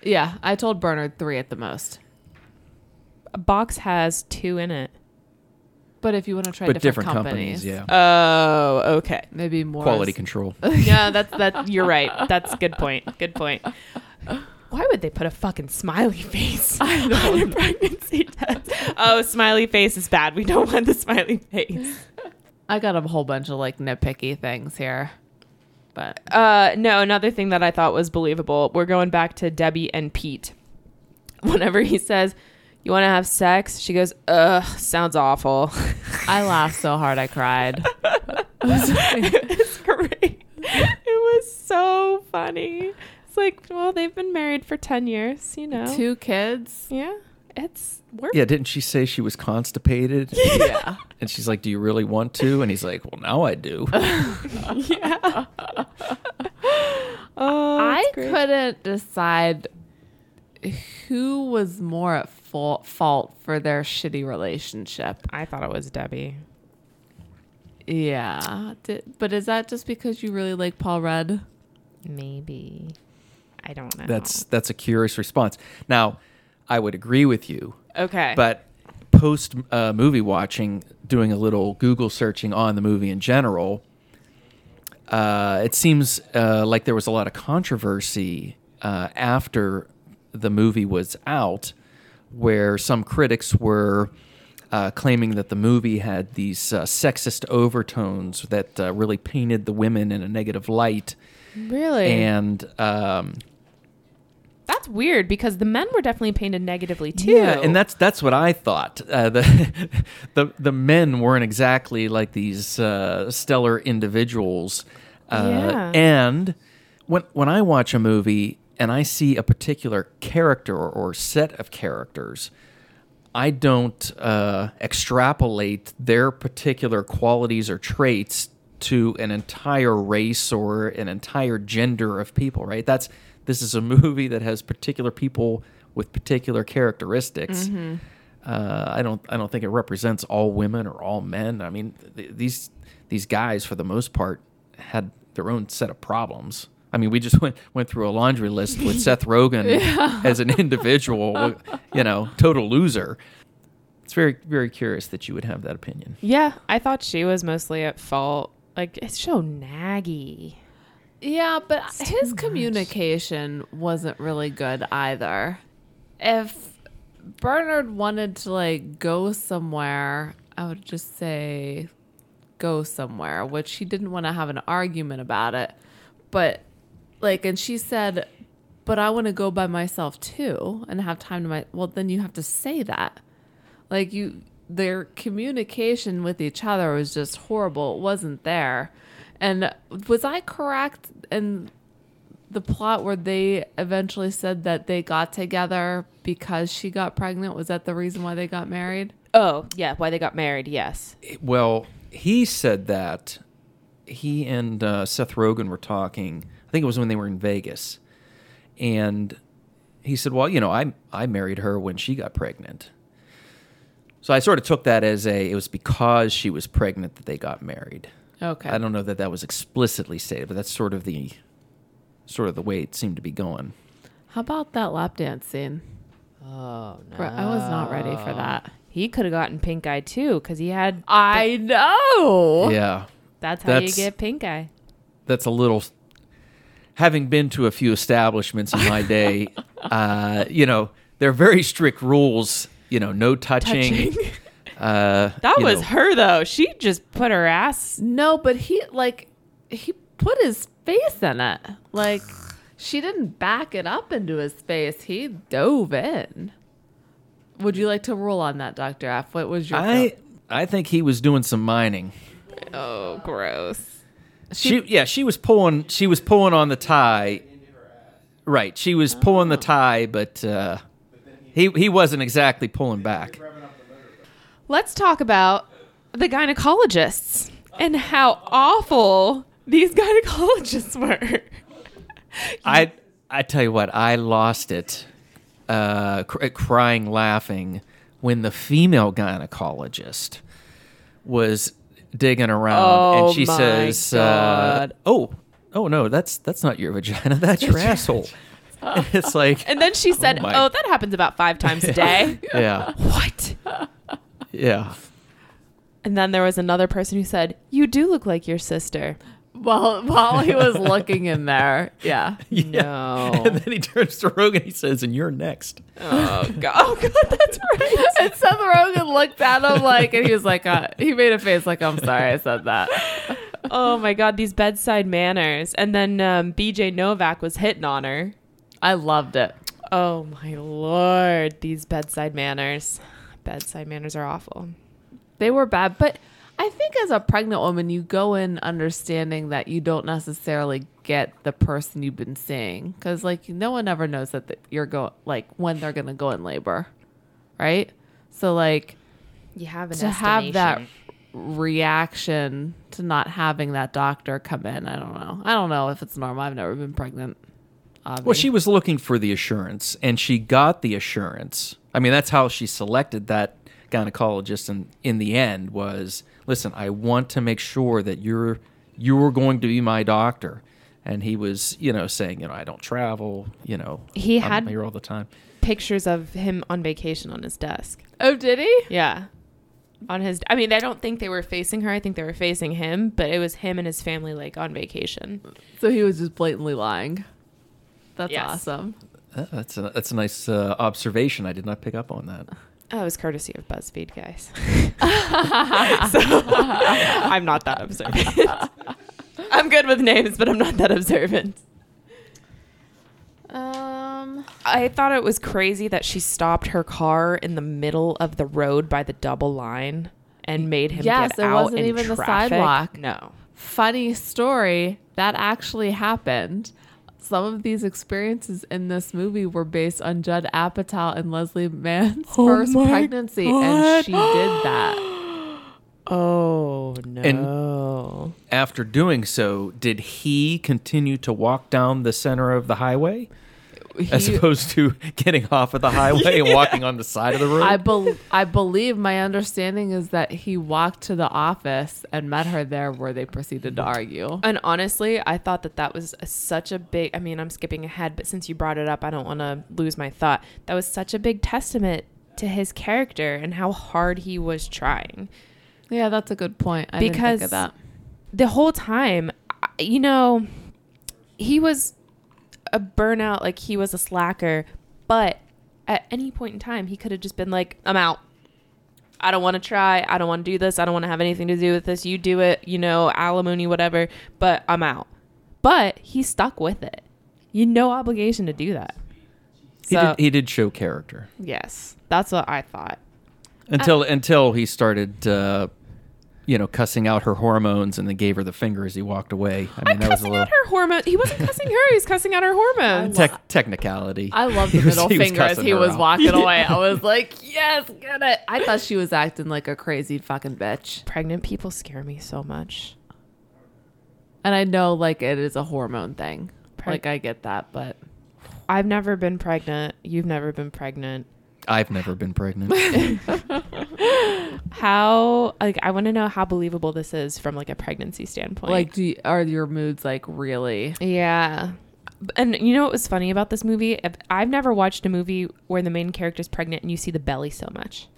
Speaker 2: Yeah, I told Bernard 3 at the most.
Speaker 1: A box has 2 in it.
Speaker 2: But if you want to try
Speaker 3: but
Speaker 2: different,
Speaker 3: different
Speaker 2: companies,
Speaker 3: companies, yeah.
Speaker 1: Oh, okay.
Speaker 2: Maybe more
Speaker 3: Quality control.
Speaker 1: No, that's that you're right. That's a good point. Good point. Why would they put a fucking smiley face on your pregnancy test? Oh, smiley face is bad. We don't want the smiley face.
Speaker 2: I got a whole bunch of like nitpicky things here. But
Speaker 1: Uh, no, another thing that I thought was believable. We're going back to Debbie and Pete. Whenever he says, "You want to have sex," she goes, "Ugh, sounds awful."
Speaker 2: I laughed so hard I cried.
Speaker 1: it's great. It was so funny. It's like, well, they've been married for ten years, you know.
Speaker 2: Two kids?
Speaker 1: Yeah, it's work.
Speaker 3: Yeah, didn't she say she was constipated?
Speaker 2: Yeah.
Speaker 3: and she's like, "Do you really want to?" And he's like, "Well, now I do."
Speaker 1: Yeah. oh,
Speaker 2: I
Speaker 1: it's great.
Speaker 2: couldn't decide who was more at fault, fault for their shitty relationship.
Speaker 1: I thought it was Debbie.
Speaker 2: Yeah. Di- but is that just because you really like Paul Rudd?
Speaker 1: Maybe. I don't know.
Speaker 3: That's that's a curious response. Now, I would agree with you,
Speaker 1: okay.
Speaker 3: but post uh, movie watching, doing a little Google searching on the movie in general, uh, it seems uh, like there was a lot of controversy uh, after the movie was out, where some critics were uh, claiming that the movie had these uh, sexist overtones that uh, really painted the women in a negative light,
Speaker 1: really,
Speaker 3: and um,
Speaker 1: that's weird because the men were definitely painted negatively too.
Speaker 3: Yeah, and that's that's what I thought. Uh, the the the men weren't exactly like these uh, stellar individuals. Uh,
Speaker 1: Yeah.
Speaker 3: And when when I watch a movie and I see a particular character or set of characters, I don't uh, extrapolate their particular qualities or traits to an entire race or an entire gender of people, right? That's this is a movie that has particular people with particular characteristics. Uh, I don't I don't think it represents all women or all men. I mean, th- these these guys for the most part had their own set of problems. I mean, we just went went through a laundry list with Seth Rogen as an individual, you know, total loser. It's very very curious that you would have that opinion.
Speaker 1: yeah. I thought she was mostly at fault. Like it's so naggy.
Speaker 2: Yeah, but his communication wasn't really good either. If Bernard wanted to like go somewhere, I would just say go somewhere, which he didn't want to have an argument about it. But like and she said, "But I want to go by myself too and have time to my Well, then you have to say that. Like you their communication with each other was just horrible. It wasn't there. And was I correct in the plot where they eventually said that they got together because she got pregnant? Was that the reason why they got married?
Speaker 1: Oh yeah, why they got married? Yes.
Speaker 3: Well, he said that he and uh, Seth Rogen were talking. I think it was when they were in Vegas, and he said, "Well, you know, I I married her when she got pregnant." So I sort of took that as a it was because she was pregnant that they got married.
Speaker 2: Okay.
Speaker 3: I don't know that that was explicitly stated, but that's sort of the sort of the way it seemed to be going.
Speaker 2: How about that lap dance scene?
Speaker 1: Oh no.
Speaker 2: Bro, I was not ready for that.
Speaker 1: He could have gotten pink eye too because he had.
Speaker 2: I know.
Speaker 3: Yeah.
Speaker 1: That's how
Speaker 3: That's-
Speaker 1: you get pink eye.
Speaker 3: that's a little having been to a few establishments in my day uh, you know there are very strict rules you know no touching, Uh,
Speaker 1: That
Speaker 3: you
Speaker 1: was
Speaker 3: know,
Speaker 1: her though. She just put her ass.
Speaker 2: No, but he like he put his face in it. Like she didn't back it up into his face. He dove in. Would you like to rule on that, Doctor F? What was your?
Speaker 3: I I think he was doing some mining.
Speaker 1: Oh, gross.
Speaker 3: She, yeah, she was pulling she was pulling on the tie. Right, she was pulling the tie, but uh, he he wasn't exactly pulling back.
Speaker 1: Let's talk about the gynecologists and how awful these gynecologists were.
Speaker 3: I I tell you what, I lost it, uh, cr- crying, laughing when the female gynecologist was digging around
Speaker 1: Oh
Speaker 3: and she
Speaker 1: my
Speaker 3: says, uh,
Speaker 1: God.
Speaker 3: "Oh, oh no, that's that's not your vagina, that's your asshole." it's like,
Speaker 1: And then she said,
Speaker 3: my.
Speaker 1: "Oh, that happens about 5 times a day."
Speaker 3: yeah,
Speaker 1: what?
Speaker 3: yeah.
Speaker 1: And then there was another person who said, "You do look like your sister."
Speaker 2: While while he was looking in there, yeah.
Speaker 3: Yeah.
Speaker 1: No.
Speaker 3: And then he turns to Rogan. He says, "And you're next."
Speaker 1: Oh god. Oh god, that's right.
Speaker 2: And Seth Rogen looked at him like, and he was like, uh, he made a face like, I'm sorry I said that.
Speaker 1: oh my god, these bedside manners. And then um, BJ Novak was hitting on her.
Speaker 2: I loved it.
Speaker 1: Oh my lord, these bedside manners. Bedside manners are awful.
Speaker 2: They were bad, but I think as a pregnant woman, you go in understanding that you don't necessarily get the person you've been seeing because, like, no one ever knows that th- you're go like when they're gonna go in labor, right? So, like,
Speaker 1: You have an
Speaker 2: to have that reaction to not having that doctor come in, I don't know. I don't know if it's normal. I've never been pregnant. Obviously.
Speaker 3: Well, she was looking for the assurance, and she got the assurance. I mean, that's how she selected that gynecologist. And in the end, was listen, I want to make sure that you're you're going to be my doctor. And he was, you know, saying, you know, I don't travel, you know,
Speaker 1: He
Speaker 3: I'm
Speaker 1: had-
Speaker 3: here all the time.
Speaker 1: pictures of him on vacation on his desk.
Speaker 2: oh, did he?
Speaker 1: Yeah. On his I mean, I don't think they were facing her. I think they were facing him, but it was him and his family like on vacation.
Speaker 2: So he was just blatantly lying. That's
Speaker 1: Yes.
Speaker 2: awesome.
Speaker 3: Uh, that's a that's a nice uh, observation. I did not pick up on that.
Speaker 1: Oh, it was courtesy of BuzzFeed, guys. so, I'm not that observant. I'm good with names, but I'm not that observant.
Speaker 2: Um.
Speaker 1: I thought it was crazy that she stopped her car in the middle of the road by the double line and made him
Speaker 2: Yes,
Speaker 1: get
Speaker 2: it
Speaker 1: out
Speaker 2: wasn't
Speaker 1: in
Speaker 2: even the
Speaker 1: traffic.
Speaker 2: sidewalk.
Speaker 1: No.
Speaker 2: funny story that actually happened. Some of these experiences in this movie were based on Judd Apatow and Leslie Mann's
Speaker 3: Oh
Speaker 2: first
Speaker 1: my
Speaker 2: pregnancy, and she did that.
Speaker 1: Oh
Speaker 3: no. After doing so, did he continue to walk down the center of the highway as
Speaker 2: He-
Speaker 3: opposed to getting off of the highway and walking on the side of the road?
Speaker 2: I, bel I believe my understanding is that he walked to the office and met her there, where they proceeded to argue.
Speaker 1: And honestly, I thought that that was a, such a big. I mean, I'm skipping ahead, but since you brought it up, I don't want to lose my thought. That was such a big testament to his character and how hard he was trying.
Speaker 2: Yeah, that's a good point. I didn't think
Speaker 1: Because-
Speaker 2: of that.
Speaker 1: The whole time, I- you know, he was a burnout, like he was a slacker, but at any point in time, he could have just been like, I'm out. I don't want to try. I don't want to do this. I don't want to have anything to do with this. You do it, you know, alimony, whatever, but I'm out. But he stuck with it. You no obligation to do that.
Speaker 3: He,
Speaker 1: So,
Speaker 3: did, he did show character
Speaker 1: yes, that's what I thought.
Speaker 3: until until he started, uh, you know, cussing out her hormones and then gave her the finger as he walked away. I mean,
Speaker 1: I'm
Speaker 3: that was a
Speaker 1: cussing
Speaker 3: little
Speaker 1: out her hormones. He wasn't cussing her. He was cussing out her hormones.
Speaker 3: tec- technicality.
Speaker 2: I love
Speaker 3: He
Speaker 2: the
Speaker 3: was-
Speaker 2: middle
Speaker 3: he was
Speaker 2: finger as
Speaker 3: cussing
Speaker 2: he
Speaker 3: her
Speaker 2: was
Speaker 3: out.
Speaker 2: walking away. I was like, yes, get it. I thought she was acting like a crazy fucking bitch.
Speaker 1: Pregnant people scare me so much.
Speaker 2: And I know like it is a hormone thing.
Speaker 1: Preg-
Speaker 2: like I get that, but
Speaker 1: I've never been pregnant. You've never been pregnant.
Speaker 3: I've never been pregnant.
Speaker 1: How like I want to know how believable this is from like a pregnancy standpoint.
Speaker 2: like do you, are your moods like really
Speaker 1: yeah. And you know what was funny about this movie? If- I've never watched a movie where the main character's pregnant and you see the belly so much.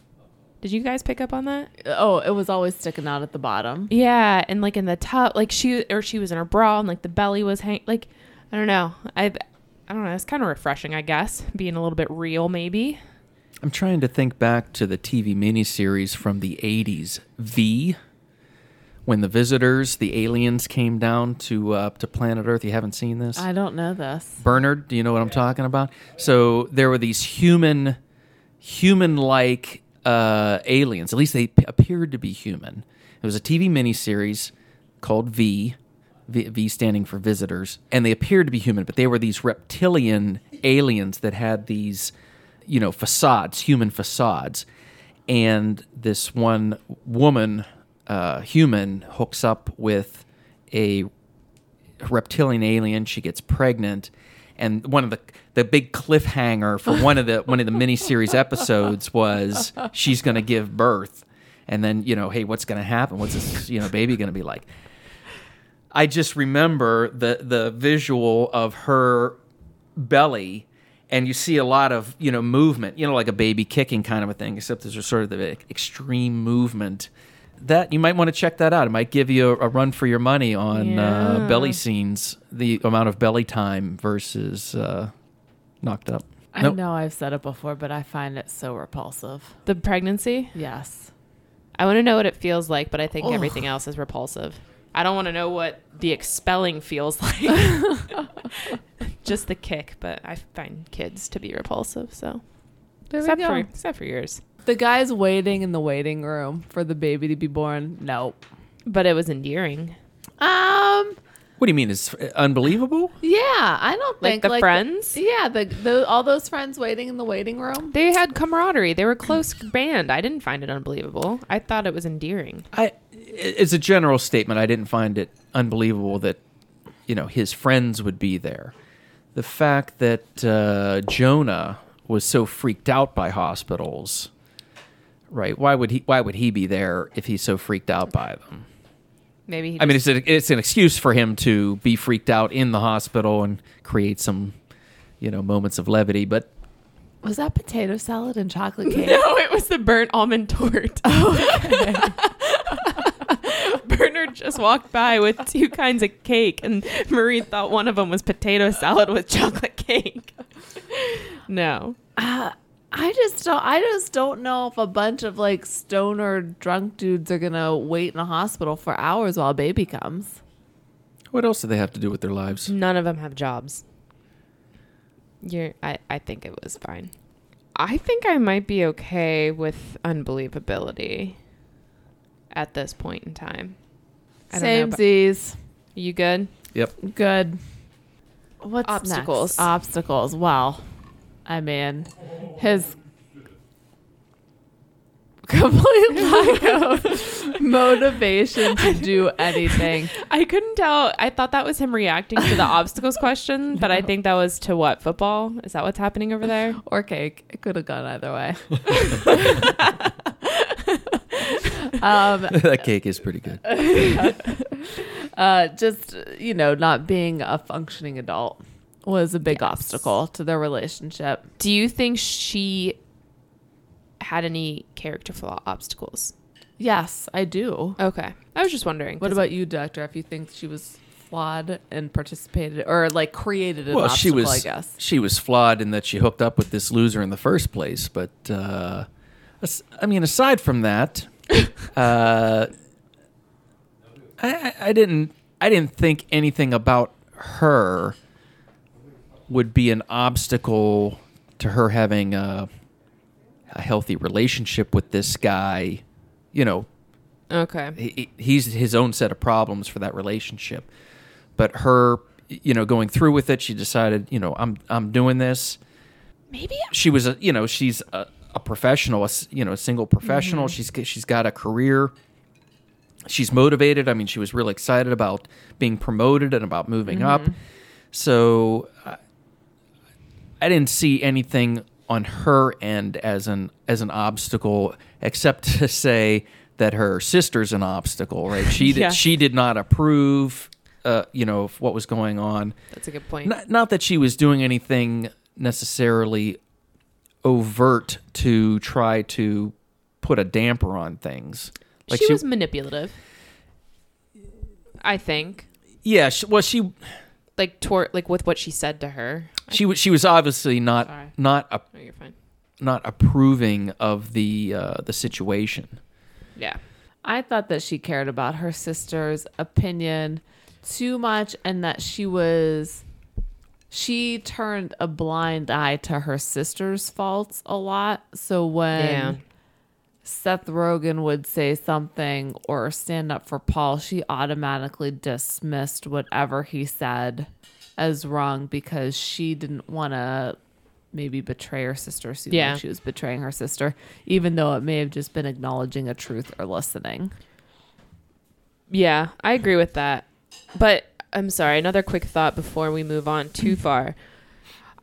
Speaker 1: Did you guys pick up on that?
Speaker 2: Oh, it was always sticking out at the bottom.
Speaker 1: Yeah, and like in the top, like she or she was in her bra and like the belly was hang like I don't know. I I don't know. It's kind of refreshing, I guess, being a little bit real maybe.
Speaker 3: I'm trying to think back to the TV miniseries from the 80s, V, when the visitors, the aliens came down to uh, to planet Earth. You haven't seen this?
Speaker 2: I don't know this.
Speaker 3: Bernard, do you know what I'm talking about? So there were these human human-like uh, aliens. At least they p- appeared to be human. It was a TV miniseries called V, v, v standing for visitors, and they appeared to be human, but they were these reptilian aliens that had these, you know, facades, human facades. And this one woman, uh, human, hooks up with a reptilian alien. She gets pregnant, and one of the the big cliffhanger for one of the one of the miniseries episodes was she's going to give birth, and then you know, hey, what's going to happen? What's this you know baby going to be like? I just remember the the visual of her belly and you see a lot of you know movement you know like a baby kicking kind of a thing except there's a sort of the e- extreme movement that you might want to check that out it might give you a, a run for your money on
Speaker 1: Yeah.
Speaker 3: uh, belly scenes the amount of belly time versus uh, knocked up
Speaker 2: I
Speaker 3: Nope.
Speaker 2: know I've said it before, but I find it so repulsive.
Speaker 1: The pregnancy?
Speaker 2: Yes.
Speaker 1: I want to know what it feels like, but I think everything else is repulsive. I don't want to know what the expelling feels like. Just the kick, but I find kids to be repulsive, so.
Speaker 2: There
Speaker 1: except for except for yours.
Speaker 2: The guy's waiting in the waiting room for the baby to be born. Nope.
Speaker 1: But it was endearing.
Speaker 2: Um.
Speaker 3: what do you mean it's uh, unbelievable
Speaker 2: Yeah, I don't
Speaker 1: Like
Speaker 2: think
Speaker 1: the friends?
Speaker 2: yeah, the, the all those friends waiting in the waiting room.
Speaker 1: They had camaraderie. They were a close band. I didn't find it unbelievable. I thought it was endearing.
Speaker 3: I it's a general statement. I didn't find it unbelievable that you know his friends would be there. The fact that uh, Jonah was so freaked out by hospitals, right? Why would he? Why would he be there if he's so freaked out by them?
Speaker 1: Maybe he
Speaker 3: I mean, it's an, it's an excuse for him to be freaked out in the hospital and create some you know moments of levity. But
Speaker 2: Was that potato salad and chocolate cake?
Speaker 1: No, it Oh, was the burnt almond tort. Bernard just walked by with two kinds of cake, and Marie thought one of them was potato salad with chocolate cake. No.
Speaker 2: Uh, I just don't. I just don't know if a bunch of like stoner drunk dudes are gonna wait in a hospital for hours while a baby comes.
Speaker 3: what else do they have to do with their lives?
Speaker 1: None of them have jobs. You're, I, I think it was fine. I think I might be okay with unbelievability at this point in time. I don't know
Speaker 2: Same
Speaker 1: about-
Speaker 2: Z's.
Speaker 1: You good?
Speaker 3: Yep.
Speaker 2: Good. What's
Speaker 1: Obstacles.
Speaker 2: Next? Obstacles. Well, I mean, his complete lack of motivation to do anything.
Speaker 1: I couldn't tell. I thought that was him reacting to the obstacles question, but I think that was to what football? Is that what's happening over there?
Speaker 2: or cake. It could have gone either way. um,
Speaker 3: that cake is pretty good.
Speaker 2: uh, just you know, not being a functioning adult was a big obstacle to their relationship.
Speaker 1: Do you think she had any character flaw obstacles?
Speaker 2: Yes, I do.
Speaker 1: Okay, I was just wondering.
Speaker 2: What
Speaker 1: 'cause
Speaker 2: about you, Doctor? If you think she was flawed and participated or like created an obstacle,
Speaker 3: she was
Speaker 2: I guess.
Speaker 3: she was flawed in that she hooked up with this loser in the first place. But uh, as- I mean, aside from that, uh, I, I- I didn't I didn't think anything about her would be an obstacle to her having a, a healthy relationship with this guy. You know,
Speaker 1: Okay,
Speaker 3: he, he's his own set of problems for that relationship. But her, you know, going through with it, she decided, you know, I'm I'm doing this.
Speaker 1: maybe
Speaker 3: She was a, you know, she's a, a professional, a s you know, a single professional. She's g- she's got a career. She's motivated. I mean, she was really excited about being promoted and about moving up. So I, I didn't see anything on her end as an as an obstacle, except to say that her sister's an obstacle, right? She did,
Speaker 1: Yes.
Speaker 3: she did not approve, uh, you know, of what was going on.
Speaker 1: that's a good point.
Speaker 3: Not, not that she was doing anything necessarily overt to try to put a damper on things.
Speaker 1: she, was manipulative. I think,
Speaker 3: yeah. She, well, she
Speaker 1: like toward, like with what she said to her.
Speaker 3: she was she was obviously not
Speaker 1: Sorry.
Speaker 3: not a,
Speaker 1: Oh, you're fine.
Speaker 3: not approving of the uh, the situation.
Speaker 1: Yeah.
Speaker 2: I thought that she cared about her sister's opinion too much and that she was she turned a blind eye to her sister's faults a lot. So when
Speaker 1: Yeah.
Speaker 2: Seth Rogen would say something or stand up for Paul, she automatically dismissed whatever he said as wrong because she didn't want to maybe betray her sister. So
Speaker 1: Yeah.
Speaker 2: she was betraying her sister, even though it may have just been acknowledging a truth or listening.
Speaker 1: Yeah, I agree with that. But I'm sorry, another quick thought before we move on too far.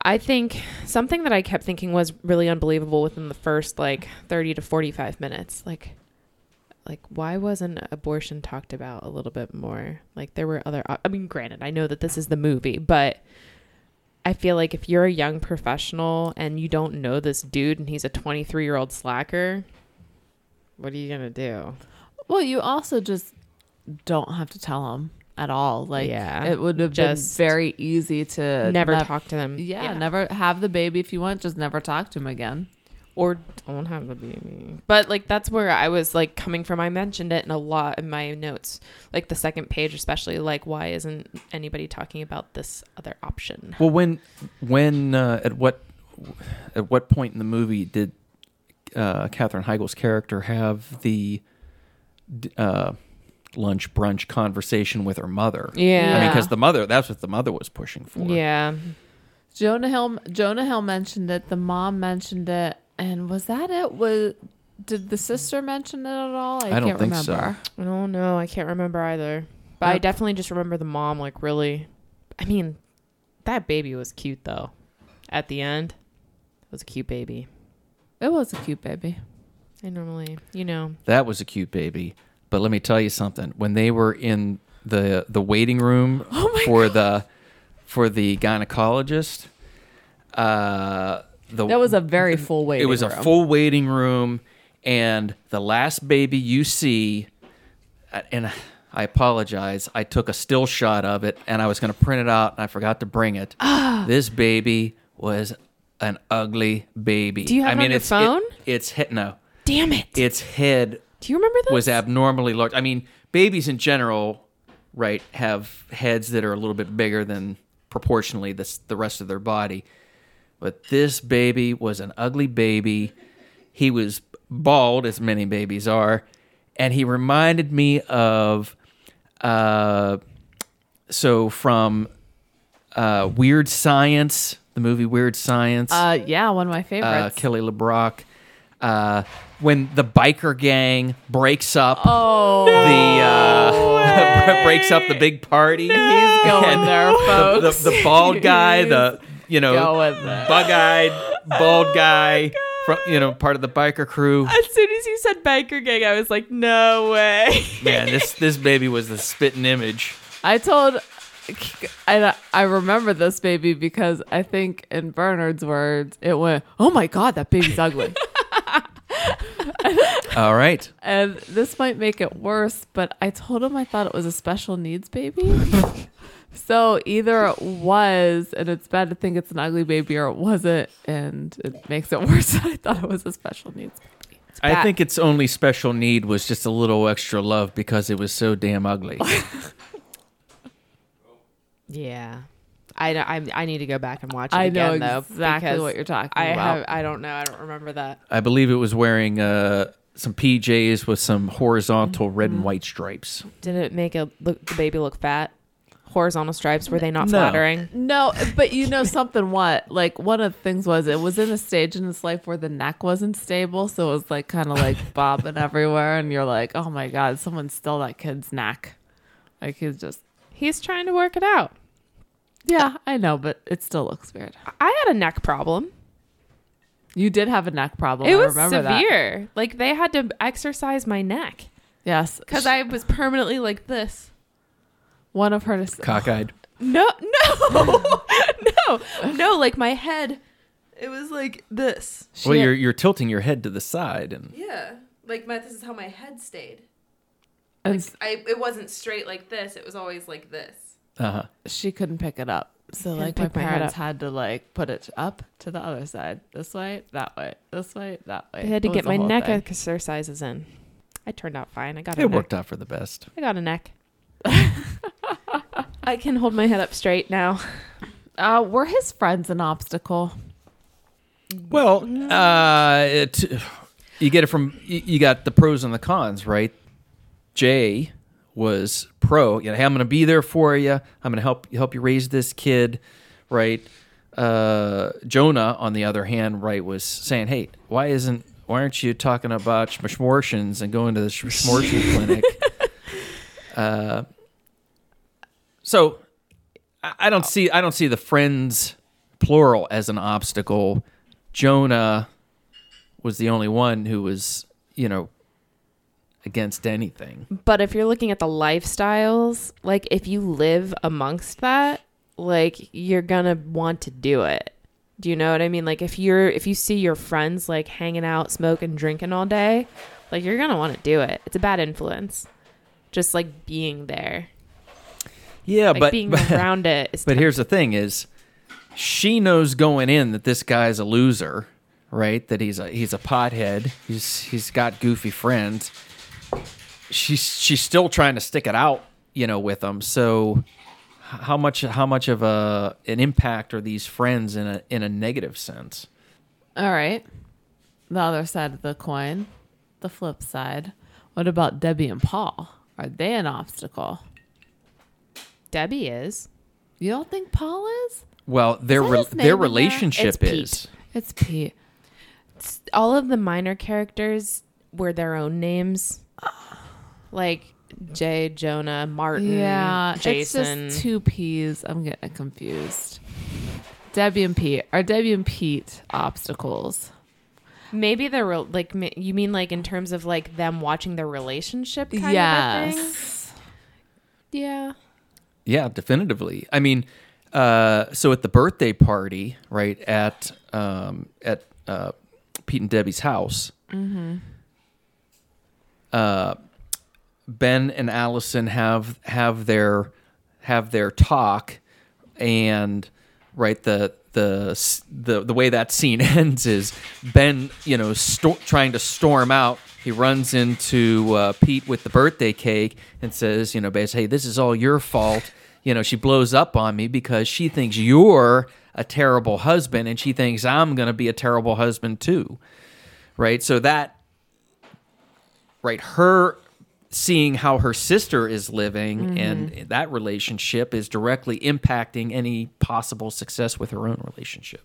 Speaker 1: I think something that I kept thinking was really unbelievable within the first like 30 to 45 minutes. Like like why wasn't abortion talked about a little bit more? Like there were other op- I mean granted, I know that this is the movie, but I feel like if you're a young professional and you don't know this dude and he's a 23-year-old slacker, what are you going to do?
Speaker 2: Well, you also just don't have to tell him at all. Like,
Speaker 1: Yeah.
Speaker 2: it would have
Speaker 1: Just
Speaker 2: been very easy to
Speaker 1: Never
Speaker 2: nev-
Speaker 1: talk to them.
Speaker 2: Uh, Yeah, never have the baby if you want. Just never talk to him again.
Speaker 1: or don't have the baby. But like that's where I was like coming from. I mentioned it in a lot in my notes, like the second page especially. Like why isn't anybody talking about this other option?
Speaker 3: Well, when when uh, at what at what point in the movie did uh, Katherine Heigl's character have the d- uh, lunch brunch conversation with her mother? I mean,
Speaker 1: Yeah,
Speaker 3: because the mother that's what the mother was pushing for.
Speaker 1: yeah.
Speaker 2: Jonah Hill. Jonah Hill mentioned it. The mom mentioned it, and was that it? Was did the sister mention it at all? I,
Speaker 3: I don't
Speaker 2: can't
Speaker 3: think so.
Speaker 2: remember.
Speaker 1: I don't know. I can't remember either. But I
Speaker 2: Yep.
Speaker 1: definitely just remember the mom. Like really, I mean, that baby was cute though. At the end, it was a cute baby.
Speaker 2: It was a cute baby.
Speaker 1: I normally, you know,
Speaker 3: That was a cute baby. But let me tell you something. When they were in the the waiting room
Speaker 1: Oh
Speaker 3: for the for the gynecologist, uh, the
Speaker 2: That was a very full waiting.
Speaker 3: it was a
Speaker 2: room.
Speaker 3: full waiting room, and the last baby you see, uh, and I apologize, I took a still shot of it, and I was going to print it out, and I forgot to bring it. this baby was an ugly baby.
Speaker 1: Do you have
Speaker 3: I
Speaker 1: it
Speaker 3: mean,
Speaker 1: on your
Speaker 3: it's,
Speaker 1: phone?
Speaker 3: It, it's hit no,
Speaker 1: damn it.
Speaker 3: its head
Speaker 1: Do you remember this?
Speaker 3: was abnormally large. I mean, babies in general, right, have heads that are a little bit bigger than proportionally the, the rest of their body. But this baby was an ugly baby. He was bald, as many babies are, and he reminded me of, uh, so from uh, Weird Science, the movie Weird Science
Speaker 2: Uh, yeah, one of my
Speaker 3: uh,
Speaker 2: favorites.
Speaker 3: Kelly LeBrock, uh, when the biker gang breaks up
Speaker 2: oh,
Speaker 3: the uh, breaks up the big party.
Speaker 2: he's going
Speaker 3: And
Speaker 2: there,
Speaker 3: the,
Speaker 2: folks.
Speaker 3: the, the bald guy, the you know
Speaker 2: going there.
Speaker 3: bug-eyed bald guy, from you know part of the biker crew.
Speaker 1: As soon as you said biker gang, I was like, no way.
Speaker 3: Man, this this baby was the spitting image.
Speaker 2: I told, I, I remember this baby because I think in Bernard's words, it went, "Oh my god, that baby's ugly,"
Speaker 3: All right,
Speaker 2: and this might make it worse. But I told him I thought it was a special needs baby. so either it was, and it's bad to think it's an ugly baby, or it wasn't, and it makes it worse. I thought it was a special needs. baby.
Speaker 3: I
Speaker 2: bad.
Speaker 3: think its only special need was just a little extra love because it was so damn ugly.
Speaker 1: Yeah, I don't- I'm- I need to go back and watch it
Speaker 2: I know
Speaker 1: again though.
Speaker 2: exactly
Speaker 1: because
Speaker 2: what you're talking
Speaker 1: I
Speaker 2: about.
Speaker 1: have. I don't know. I don't remember that.
Speaker 3: I believe it was wearing uh, some PJs with some horizontal red and white stripes.
Speaker 1: Did it make a look, the baby look fat? Horizontal stripes were they not
Speaker 3: No.
Speaker 1: flattering?
Speaker 2: No, but you know something what? Like one of the things was it was in a stage in its life where the neck wasn't stable, so it was like kind of like bobbing everywhere and you're like, "Oh my god, someone stole that kid's neck." Like he's just
Speaker 1: He's trying to work it out.
Speaker 2: Yeah, I know, but it still looks weird.
Speaker 1: I had a neck problem.
Speaker 2: You did have a neck problem.
Speaker 1: It
Speaker 2: I
Speaker 1: was
Speaker 2: remember that.
Speaker 1: severe. Like they had to exercise my neck
Speaker 2: Yes.
Speaker 1: because I was permanently like this.
Speaker 2: one of her
Speaker 3: Cockeyed.
Speaker 1: No, no, no, no. Like my head, it was like this.
Speaker 2: she,
Speaker 3: Well, you're you're tilting your head to the side, and
Speaker 1: Yeah, like my, this is how my head stayed.
Speaker 2: and
Speaker 1: I it wasn't straight like this. It was always like this.
Speaker 3: uh,
Speaker 2: she couldn't pick it up. So
Speaker 1: Couldn't
Speaker 2: like my
Speaker 1: pick my head
Speaker 2: parents
Speaker 1: up.
Speaker 2: had to like put it up to the other side. This way, that way. This way, that way.
Speaker 1: I had
Speaker 2: It
Speaker 1: to
Speaker 2: was
Speaker 1: get
Speaker 2: a
Speaker 1: my
Speaker 2: whole
Speaker 1: neck
Speaker 2: thing.
Speaker 1: exercises in. I turned out fine. I got a
Speaker 3: it
Speaker 1: neck.
Speaker 3: worked out for the best.
Speaker 1: I got a neck. I can hold my head up straight now.
Speaker 2: Uh, were his friends an obstacle?
Speaker 3: Well, uh, it, you get it from you you got the pros and the cons, right? Jay was pro. You know, hey, I'm going to be there for you. I'm going to help help you raise this kid, right? Uh, Jonah, on the other hand, right, was saying, hey, why isn't why aren't you talking about schmorshins and going to the schmorshing clinic? Uh, so I I don't see I don't see the friends plural as an obstacle. Jonah was the only one who was, you know, against anything.
Speaker 1: But if you're looking at the lifestyles, like if you live amongst that, like you're gonna want to do it. Do you know what I mean? Like if you're if you see your friends like hanging out, smoking, drinking all day, like you're gonna want to do it. It's a bad influence. Just like being there,
Speaker 3: Yeah,
Speaker 1: like
Speaker 3: but
Speaker 1: being
Speaker 3: but,
Speaker 1: around it is.
Speaker 3: but here's the thing is she knows going in that this guy's a loser, right? That he's a he's a pothead. He's he's got goofy friends. She's she's still trying to stick it out, you know, with him. So h- how much how much of a an impact are these friends in a in a negative sense?
Speaker 2: All right. The other side of the coin, the flip side. What about Debbie and Paul? Are they an obstacle?
Speaker 1: Debbie is.
Speaker 2: You don't think Paul is?
Speaker 3: Well, their
Speaker 2: that
Speaker 3: re-
Speaker 2: his name
Speaker 3: their
Speaker 2: in there?
Speaker 3: relationship
Speaker 1: It's Pete.
Speaker 3: is
Speaker 2: It's Pete.
Speaker 1: all of the minor characters were their own names, like Jay, Jonah, Martin,
Speaker 2: Yeah,
Speaker 1: Jason.
Speaker 2: it's just two P's. I'm getting confused. Debbie and Pete. Are Debbie and Pete obstacles?
Speaker 1: Maybe they're re- like ma- you mean like in terms of like them watching their relationship. Kind Of a thing?
Speaker 2: yes.
Speaker 1: Yeah.
Speaker 3: Yeah, definitively. I mean, uh, so at the birthday party, right at um, at uh, Pete and Debbie's house, uh, Ben and Allison have have their have their talk, and right the the s- the the way that scene ends is Ben you know sto- trying to storm out. He runs into uh, Pete with the birthday cake and says, you know, basically, hey, this is all your fault. You know, she blows up on me because she thinks you're a terrible husband, and she thinks I'm going to be a terrible husband too, right? So that right her seeing how her sister is living
Speaker 1: Mm-hmm.
Speaker 3: and that relationship is directly impacting any possible success with her own relationship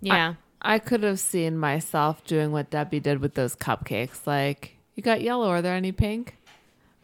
Speaker 1: Yeah.
Speaker 2: I could have seen myself doing what Debbie did with those cupcakes. Like, you got yellow. Are there any pink?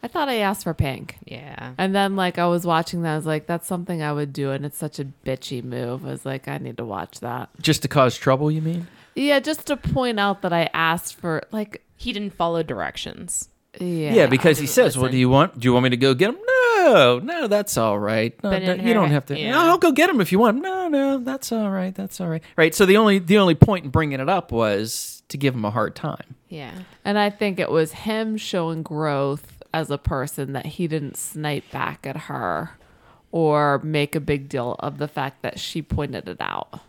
Speaker 2: I thought I asked for pink.
Speaker 1: yeah.
Speaker 2: And then, like, I was watching that. I was like, that's something I would do. And it's such a bitchy move. I was like, I need to watch that.
Speaker 3: just to cause trouble you mean
Speaker 2: Yeah, just to point out that I asked for, like,
Speaker 1: He didn't follow directions.
Speaker 2: yeah.
Speaker 3: yeah, because he says what do you want do you want me to go get him no no that's all right no,
Speaker 1: But
Speaker 3: no,
Speaker 1: in
Speaker 3: you don't
Speaker 1: her-
Speaker 3: have to
Speaker 1: yeah.
Speaker 3: no i'll go get him if you want no no that's all right that's all right right so the only the only point in bringing it up was to give him a hard time
Speaker 1: Yeah.
Speaker 2: And I think it was him showing growth as a person that he didn't snipe back at her or make a big deal of the fact that she pointed it out.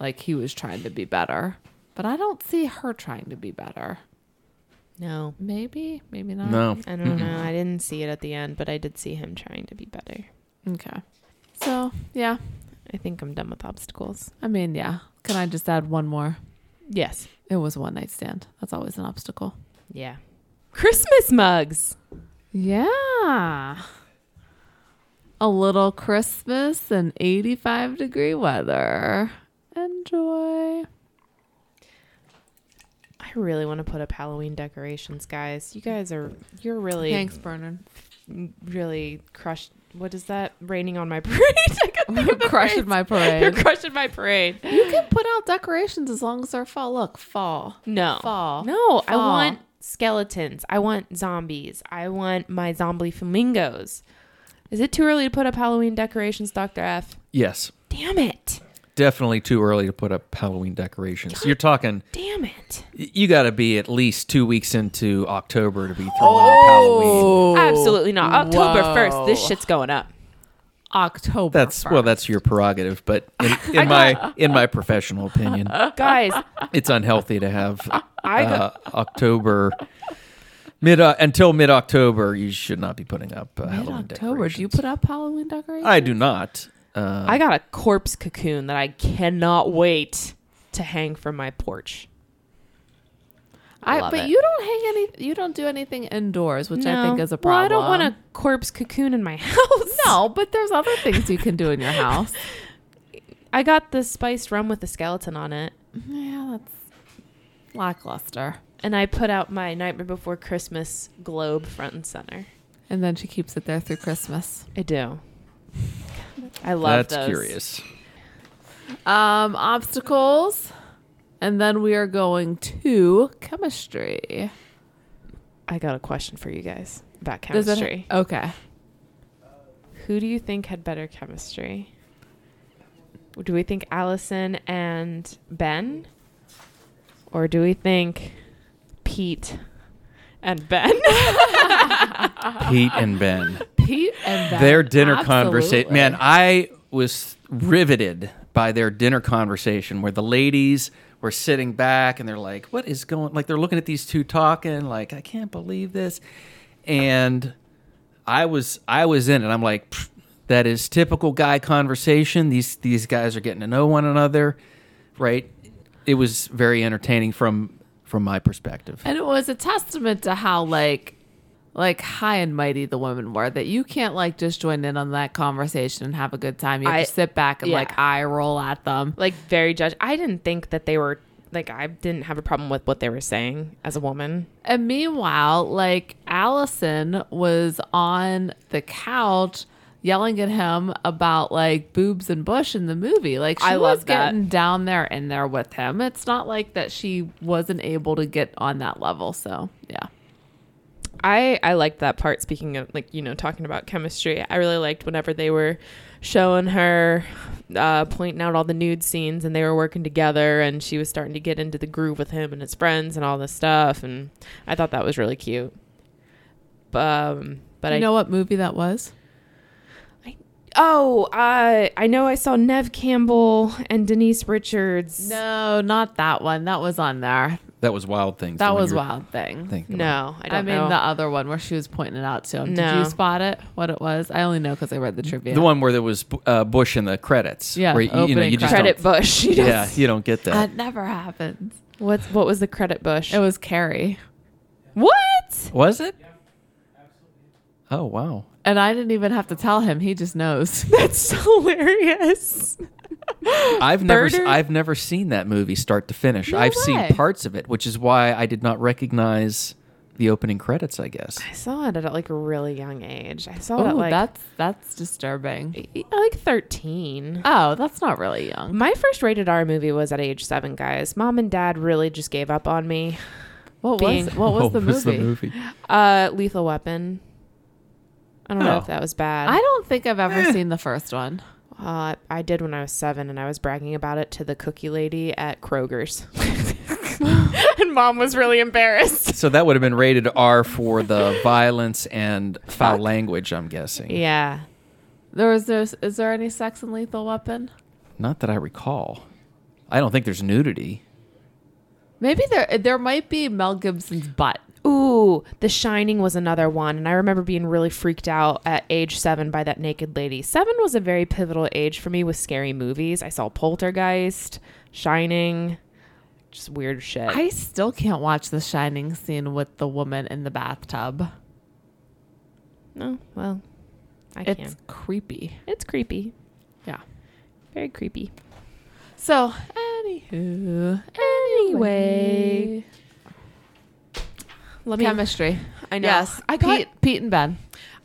Speaker 2: Like he was trying to be better. But I don't see her trying to be better.
Speaker 1: No.
Speaker 2: Maybe, maybe not.
Speaker 3: no
Speaker 1: I don't know. I didn't see it at the end, but I did see him trying to be better.
Speaker 2: Okay. So, yeah.
Speaker 1: I think I'm done with obstacles.
Speaker 2: I mean, yeah. Can I just add one more?
Speaker 1: Yes.
Speaker 2: It was one night stand. That's always an obstacle.
Speaker 1: Yeah. Christmas mugs.
Speaker 2: Yeah. A little Christmas and 85 degree weather. Enjoy.
Speaker 1: I really want to put up Halloween decorations, guys. You guys are you're really
Speaker 2: Thanks, Bernard.
Speaker 1: really crushed. What is that? Raining on my parade. I couldn't think of the
Speaker 2: Crushing
Speaker 1: phrase.
Speaker 2: my
Speaker 1: You're
Speaker 2: parade.
Speaker 1: crushing my parade.
Speaker 2: you can put out decorations as long as they're fall. Look, fall.
Speaker 1: No.
Speaker 2: Fall.
Speaker 1: Oh. No, I
Speaker 2: Fall.
Speaker 1: want skeletons. I want zombies. I want my zombie flamingos. Is it too early to put up Halloween decorations, Dr. F?
Speaker 3: yes
Speaker 1: Damn it.
Speaker 3: definitely too early to put up halloween decorations you're talking
Speaker 1: Damn it.
Speaker 3: You got to be at least two weeks into October to be throwing up Halloween.
Speaker 2: Oh.
Speaker 1: Absolutely not. October
Speaker 2: Whoa.
Speaker 1: 1st, this shit's going up.
Speaker 2: October.
Speaker 3: That's well, that's your prerogative, but in, in my in my professional opinion,
Speaker 1: Guys,
Speaker 3: it's unhealthy to have uh, October Mid uh, until mid October, you should not be putting up uh,
Speaker 2: Mid
Speaker 3: Halloween
Speaker 2: October. Do you
Speaker 3: decorations.
Speaker 2: put up Halloween decorations?
Speaker 3: I do not. Uh,
Speaker 1: I got a corpse cocoon that I cannot wait to hang from my porch.
Speaker 2: I,
Speaker 1: Love
Speaker 2: but
Speaker 1: it.
Speaker 2: you don't hang any. You don't do anything indoors, which I think
Speaker 1: No.
Speaker 2: is a problem.
Speaker 1: Well, I don't want a corpse cocoon in my house.
Speaker 2: No, but there's other things you can do in your house.
Speaker 1: I got the spiced rum with the skeleton on it,
Speaker 2: yeah, that's lackluster.
Speaker 1: and I put out my Nightmare Before Christmas globe front and center.
Speaker 2: And then she keeps it there through Christmas.
Speaker 1: I do. I love
Speaker 3: that's
Speaker 1: those.
Speaker 3: curious.
Speaker 2: Um, obstacles. And then we are going to chemistry.
Speaker 1: I got a question for you guys about
Speaker 2: Does it-
Speaker 1: chemistry.
Speaker 2: okay.
Speaker 1: Who do you think had better chemistry? Do we think Allison and Ben? Or do we think Pete and Ben?
Speaker 3: Pete and Ben.
Speaker 2: Pete and Ben.
Speaker 3: their dinner
Speaker 2: Absolutely.
Speaker 3: conversation. Man, I was riveted by their dinner conversation where the ladies were sitting back and they're like, "What is going?" Like they're looking at these two talking, like, "I can't believe this," and I was I was in it. I'm like, "Pfft, that is typical guy conversation. These these guys are getting to know one another, right? It was very entertaining from from my perspective.
Speaker 2: And it was a testament to how like like high and mighty the women were that you can't like just join in on that conversation and have a good time. You have
Speaker 1: I-
Speaker 2: to sit back and
Speaker 1: yeah.
Speaker 2: like eye roll at them.
Speaker 1: like very judge. I didn't think that they were like I didn't have a problem with what they were saying as a woman.
Speaker 2: And meanwhile, like Allison was on the couch yelling at him about like boobs and bush in the movie. Like she
Speaker 1: I love
Speaker 2: was
Speaker 1: that.
Speaker 2: getting down there in there with him. It's not like that she wasn't able to get on that level. So yeah.
Speaker 1: I I liked that part. Speaking of like you know talking about chemistry, I really liked whenever they were showing her, uh, pointing out all the nude scenes, and they were working together, and she was starting to get into the groove with him and his friends and all this stuff, and I thought that was really cute. Um, but
Speaker 2: you
Speaker 1: I
Speaker 2: know what movie that was?
Speaker 1: oh I I know I saw Nev Campbell and Denise Richards.
Speaker 2: No, not that one. That was on there.
Speaker 3: That was wild things. the
Speaker 2: That
Speaker 3: one
Speaker 2: was
Speaker 3: you were
Speaker 2: Wild Thing.
Speaker 3: thinking about.
Speaker 1: no, I
Speaker 2: I,
Speaker 1: don't
Speaker 2: mean
Speaker 1: know.
Speaker 2: the other one where she was pointing it out to him. Did
Speaker 1: No.
Speaker 2: you spot it? What it was? I only know because I read the trivia.
Speaker 3: The one where there was uh, Bush in the credits.
Speaker 2: Yeah,
Speaker 3: where, you, you know,
Speaker 2: opening
Speaker 3: you just
Speaker 1: credit
Speaker 3: don't,
Speaker 1: bush. You know?
Speaker 3: Yeah, you don't get that.
Speaker 2: that never happens.
Speaker 1: What's what was the credit bush?
Speaker 2: It was Carrie,
Speaker 1: what?
Speaker 3: was it? Oh wow!
Speaker 2: and I didn't even have to tell him. He just knows.
Speaker 1: That's hilarious.
Speaker 3: I've never
Speaker 1: Birder?
Speaker 3: I've never seen that movie start to finish.
Speaker 2: No
Speaker 3: I've
Speaker 2: way.
Speaker 3: seen parts of it, which is why I did not recognize the opening credits. I guess
Speaker 1: I saw it at like a really young age. I saw it
Speaker 2: Oh,
Speaker 1: at like
Speaker 2: that's that's disturbing.
Speaker 1: I- like 13.
Speaker 2: Oh, that's not really young.
Speaker 1: My first rated R movie was at age 7, guys. Mom and dad really just gave up on me.
Speaker 2: What
Speaker 1: Being-
Speaker 2: was what was, the, movie?
Speaker 1: Uh Lethal Weapon. I don't know
Speaker 3: Oh.
Speaker 1: if that was bad.
Speaker 2: I don't think I've ever seen the first one.
Speaker 1: uh, I did when I was 7 and I was bragging about it to the cookie lady at Kroger's. and mom was really embarrassed.
Speaker 3: So that would have been rated R for the violence and foul language. I'm guessing.
Speaker 1: Yeah.
Speaker 2: There was there's is there any sex in Lethal Weapon?
Speaker 3: Not that I recall. I don't think there's nudity.
Speaker 2: Maybe there there might be Mel Gibson's butt.
Speaker 1: Ooh, The Shining was another one, and I remember being really freaked out at age seven by that naked lady. Seven was a very pivotal age for me with scary movies. I saw Poltergeist, Shining, just weird shit.
Speaker 2: I still can't watch the Shining scene with the woman in the bathtub.
Speaker 1: no, Oh, well, I
Speaker 2: it's
Speaker 1: can.
Speaker 2: creepy.
Speaker 1: It's creepy,
Speaker 2: Yeah.
Speaker 1: very creepy.
Speaker 2: So, anywho,
Speaker 1: Anyway, let me.
Speaker 2: chemistry.
Speaker 1: I know.
Speaker 2: Yes,
Speaker 1: I got.
Speaker 2: Pete, Pete and Ben.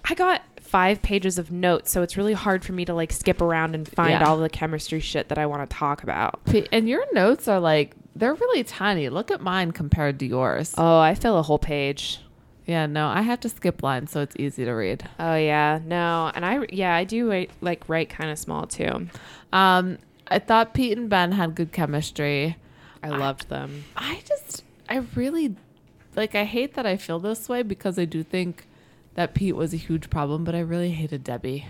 Speaker 1: I got five pages of notes, so it's really hard for me to like skip around and find
Speaker 2: Yeah.
Speaker 1: all the chemistry shit that I want to talk about.
Speaker 2: Pete, and your notes are like they're really tiny. Look at mine compared to yours.
Speaker 1: Oh, I fill a whole page.
Speaker 2: Yeah, no, I have to skip lines so it's easy to read.
Speaker 1: Oh yeah, no, and I yeah I do write, like write kind of small too.
Speaker 2: Um, I thought Pete and Ben had good chemistry.
Speaker 1: I loved them.
Speaker 2: I just, I really, like, I hate that I feel this way because I do think that Pete was a huge problem, but I really hated Debbie.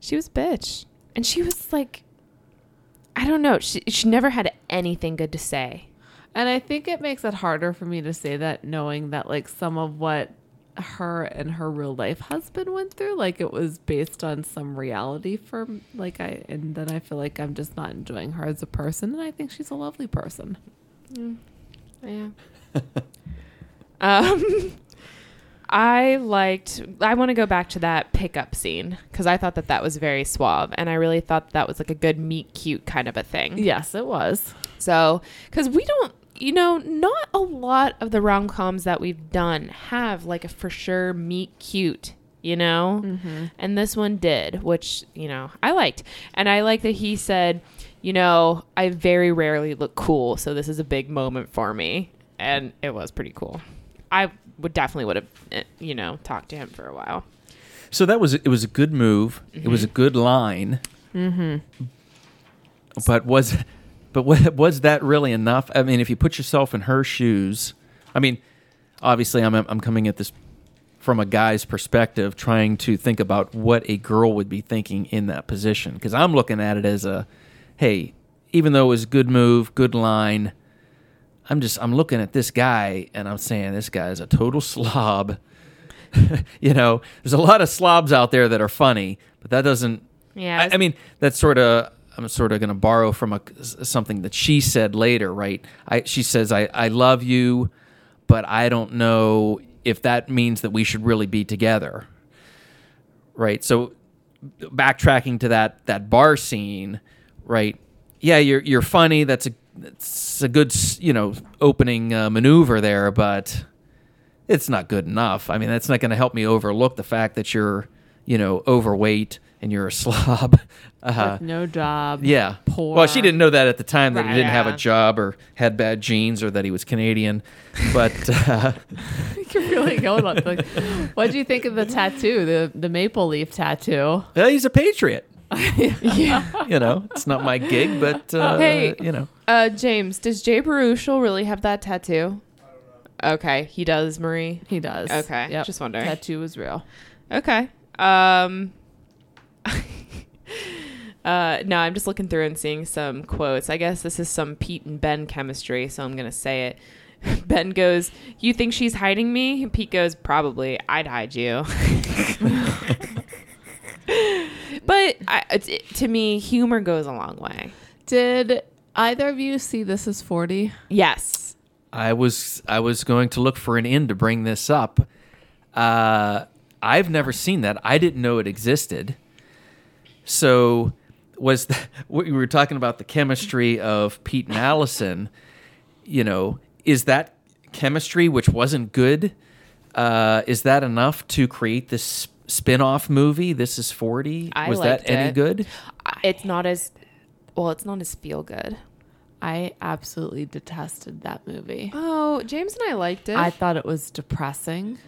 Speaker 1: She was a bitch, and she was like, I don't know. She she never had anything good to say.
Speaker 2: And I think it makes it harder for me to say that knowing that like some of what her and her real life husband went through like it was based on some reality for like I and then I feel like I'm just not enjoying her as a person and I think she's a lovely person.
Speaker 1: Yeah. um, I liked. I want to go back to that pickup scene because I thought that that was very suave, and I really thought that was like a good meet cute kind of a thing.
Speaker 2: Yes, it was.
Speaker 1: So, because we don't, you know, not a lot of the rom coms that we've done have like a for sure meet cute, you know? And this one did, which, you know, I liked. And I like that he said, you know, I very rarely look cool, so this is a big moment for me. And it was pretty cool. I would definitely would have, eh, you know, talked to him for a while.
Speaker 3: So that was it. Was a good move. It was a good line. Mm-hmm. But was, but wa- was that really enough? I mean, if you put yourself in her shoes, I mean, obviously, I'm I'm coming at this from a guy's perspective, trying to think about what a girl would be thinking in that position. Because I'm looking at it as a, hey, even though it was a good move, good line, I'm just I'm looking at this guy and I'm saying this guy is a total slob. you know, there's a lot of slobs out there that are funny, but that doesn't.
Speaker 1: Yeah,
Speaker 3: I, I mean, that's sort of. I'm sort of going to borrow from a, something that she said later, right? I, she says, I, I love you, but I don't know if that means that we should really be together. Right. So backtracking to that that bar scene, right? Yeah, you're you're funny. That's a that's a good s- you know opening uh, maneuver there, but it's not good enough. I mean, that's not going to help me overlook the fact that you're you know overweight and you're a slob. Uh,
Speaker 2: With no job.
Speaker 3: yeah.
Speaker 2: Poor.
Speaker 3: Well, she didn't know that at the time that he
Speaker 1: Right.
Speaker 3: didn't have
Speaker 1: Yeah.
Speaker 3: a job or had bad genes or that he was Canadian, but uh,
Speaker 2: You're really going on. Like, what do you think of the tattoo, the the maple leaf tattoo?
Speaker 3: well, he's a patriot.
Speaker 1: yeah.
Speaker 3: you know, it's not my gig, but uh,
Speaker 1: Hey.
Speaker 3: you know,
Speaker 1: Uh, James, does Jay Baruchel really have that tattoo? Okay, he does, Marie.
Speaker 2: He does.
Speaker 1: Okay,
Speaker 2: Yep.
Speaker 1: just wondering.
Speaker 2: Tattoo was real.
Speaker 1: Okay. Um. uh, no, I'm just looking through and seeing some quotes. I guess this is some Pete and Ben chemistry, so I'm gonna say it. Ben goes, "You think she's hiding me?" And Pete goes, "Probably. I'd hide you." but I, it, to me, humor goes a long way.
Speaker 2: Did either of you see This Is 40?
Speaker 1: Yes.
Speaker 3: I was I was going to look for an end to bring this up. Uh, I've never seen that. I didn't know it existed. So was that, we were talking about the chemistry of Pete and Allison. You know, is that chemistry which wasn't good? Uh, is that enough to create this spin-off movie? This is forty.
Speaker 1: I
Speaker 3: was
Speaker 1: liked
Speaker 3: that any
Speaker 1: it.
Speaker 3: good?
Speaker 1: it's not as well it's not as feel good
Speaker 2: I absolutely detested that movie.
Speaker 1: oh james and i liked it
Speaker 2: I thought it was depressing.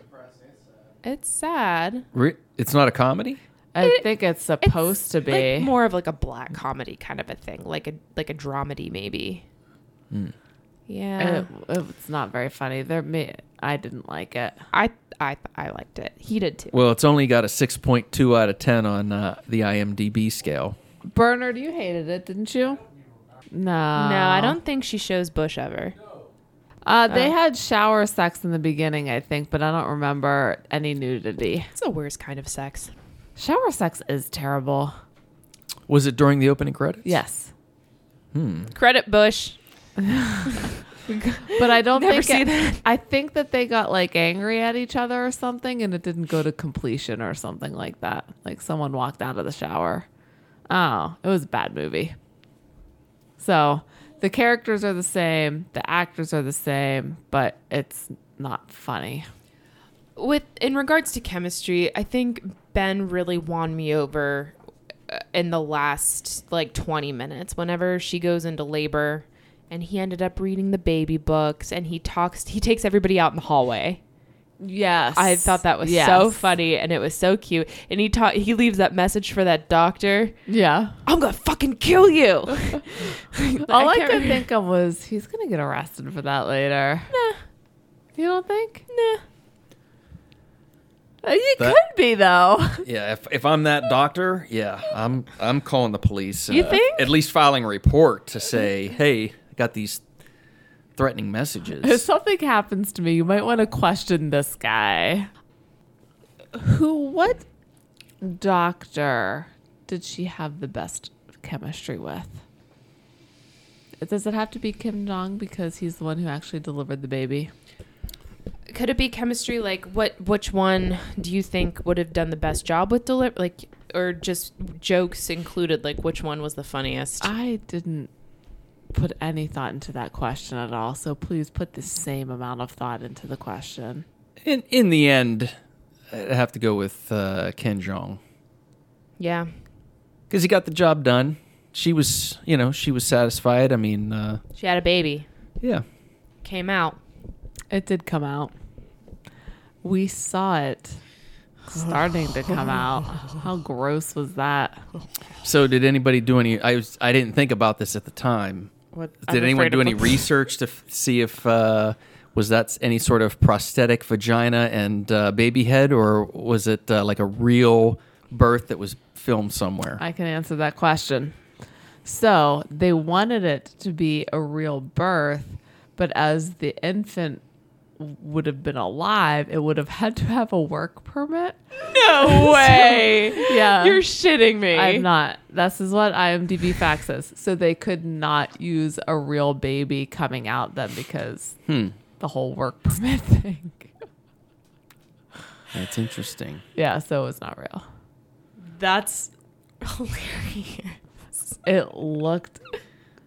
Speaker 1: it's sad
Speaker 3: Re- it's not a comedy.
Speaker 2: I
Speaker 1: It-
Speaker 2: think it's supposed to be.
Speaker 1: like more of like a black comedy kind of a thing like a like a dramedy maybe yeah
Speaker 2: It-
Speaker 1: Uh,
Speaker 2: it's not very funny. There may, I didn't like it.
Speaker 1: i i i liked it he did too
Speaker 3: Well, it's only got a 6.2 out of 10 on uh, the IMDb scale.
Speaker 2: Bernard, you hated it, didn't you? No.
Speaker 1: no i don't think she shows bush ever
Speaker 2: Uh, they had shower sex in the beginning, I think, but I don't remember any nudity.
Speaker 1: it's the worst kind of sex
Speaker 2: Shower sex is terrible.
Speaker 3: Was it during the opening credits?
Speaker 2: Yes.
Speaker 1: credit bush
Speaker 2: But I don't
Speaker 1: Never
Speaker 2: think
Speaker 1: see
Speaker 2: it-
Speaker 1: that.
Speaker 2: I think that they got like angry at each other or something and it didn't go to completion or something like that. Like someone walked out of the shower. Oh, it was a bad movie. So the characters are the same, the actors are the same, but it's not funny.
Speaker 1: with in regards to chemistry, I think Ben really won me over uh, in the last like 20 minutes whenever she goes into labor and he ended up reading the baby books and he talks he takes everybody out in the hallway.
Speaker 2: Yes.
Speaker 1: I thought that was so funny and it was so cute and he ta- he leaves that message for that doctor.
Speaker 2: Yeah.
Speaker 1: I'm going to fucking kill you.
Speaker 2: All I,
Speaker 1: can't
Speaker 2: could
Speaker 1: remember-
Speaker 2: think of was he's going to get arrested for that later.
Speaker 1: Nah,
Speaker 2: You don't think?
Speaker 1: nah.
Speaker 2: Uh, You
Speaker 3: That-
Speaker 2: could be, though.
Speaker 3: Yeah, if, if I'm that doctor, yeah, I'm I'm calling the police. uh,
Speaker 1: You think?
Speaker 3: At least filing a report to say, hey, I got these threatening
Speaker 2: If
Speaker 3: messages.
Speaker 2: something happens to me, you might want to question this guy. Who, what doctor did she have the best chemistry with? Does it have to be Kim Jong because he's the one who actually delivered the baby?
Speaker 1: Could it be chemistry? Like, what? Which one do you think would have done the best job with deliver? Like, or just jokes included? Like, which one was the funniest?
Speaker 2: I didn't put any thought into that question at all, so please put the same amount of thought into the question.
Speaker 3: In in the end, I have to go with uh, Ken Jong
Speaker 1: yeah,
Speaker 3: because he got the job done. She was, you know, she was satisfied. I mean, uh,
Speaker 1: she had a baby,
Speaker 3: yeah,
Speaker 1: came out.
Speaker 2: It did come out. We saw it starting to come out. How gross was that?
Speaker 3: So did anybody do any? I was, I didn't think about this at the time.
Speaker 1: What,
Speaker 3: Did anyone do any research to f- see if uh, was that s- any sort of prosthetic vagina and uh, baby head, or was it uh, like a real birth that was filmed somewhere?
Speaker 2: I can answer that question. So they wanted it to be a real birth, but as the infant would have been alive, it would have had to have a work permit.
Speaker 1: No way.
Speaker 2: Yeah.
Speaker 1: You're shitting me.
Speaker 2: I'm not. This is what IMDb facts says. So they could not use a real baby coming out then because
Speaker 1: Hmm.
Speaker 2: the whole work permit thing.
Speaker 3: That's interesting.
Speaker 2: Yeah, so it was not real.
Speaker 1: That's hilarious.
Speaker 2: It looked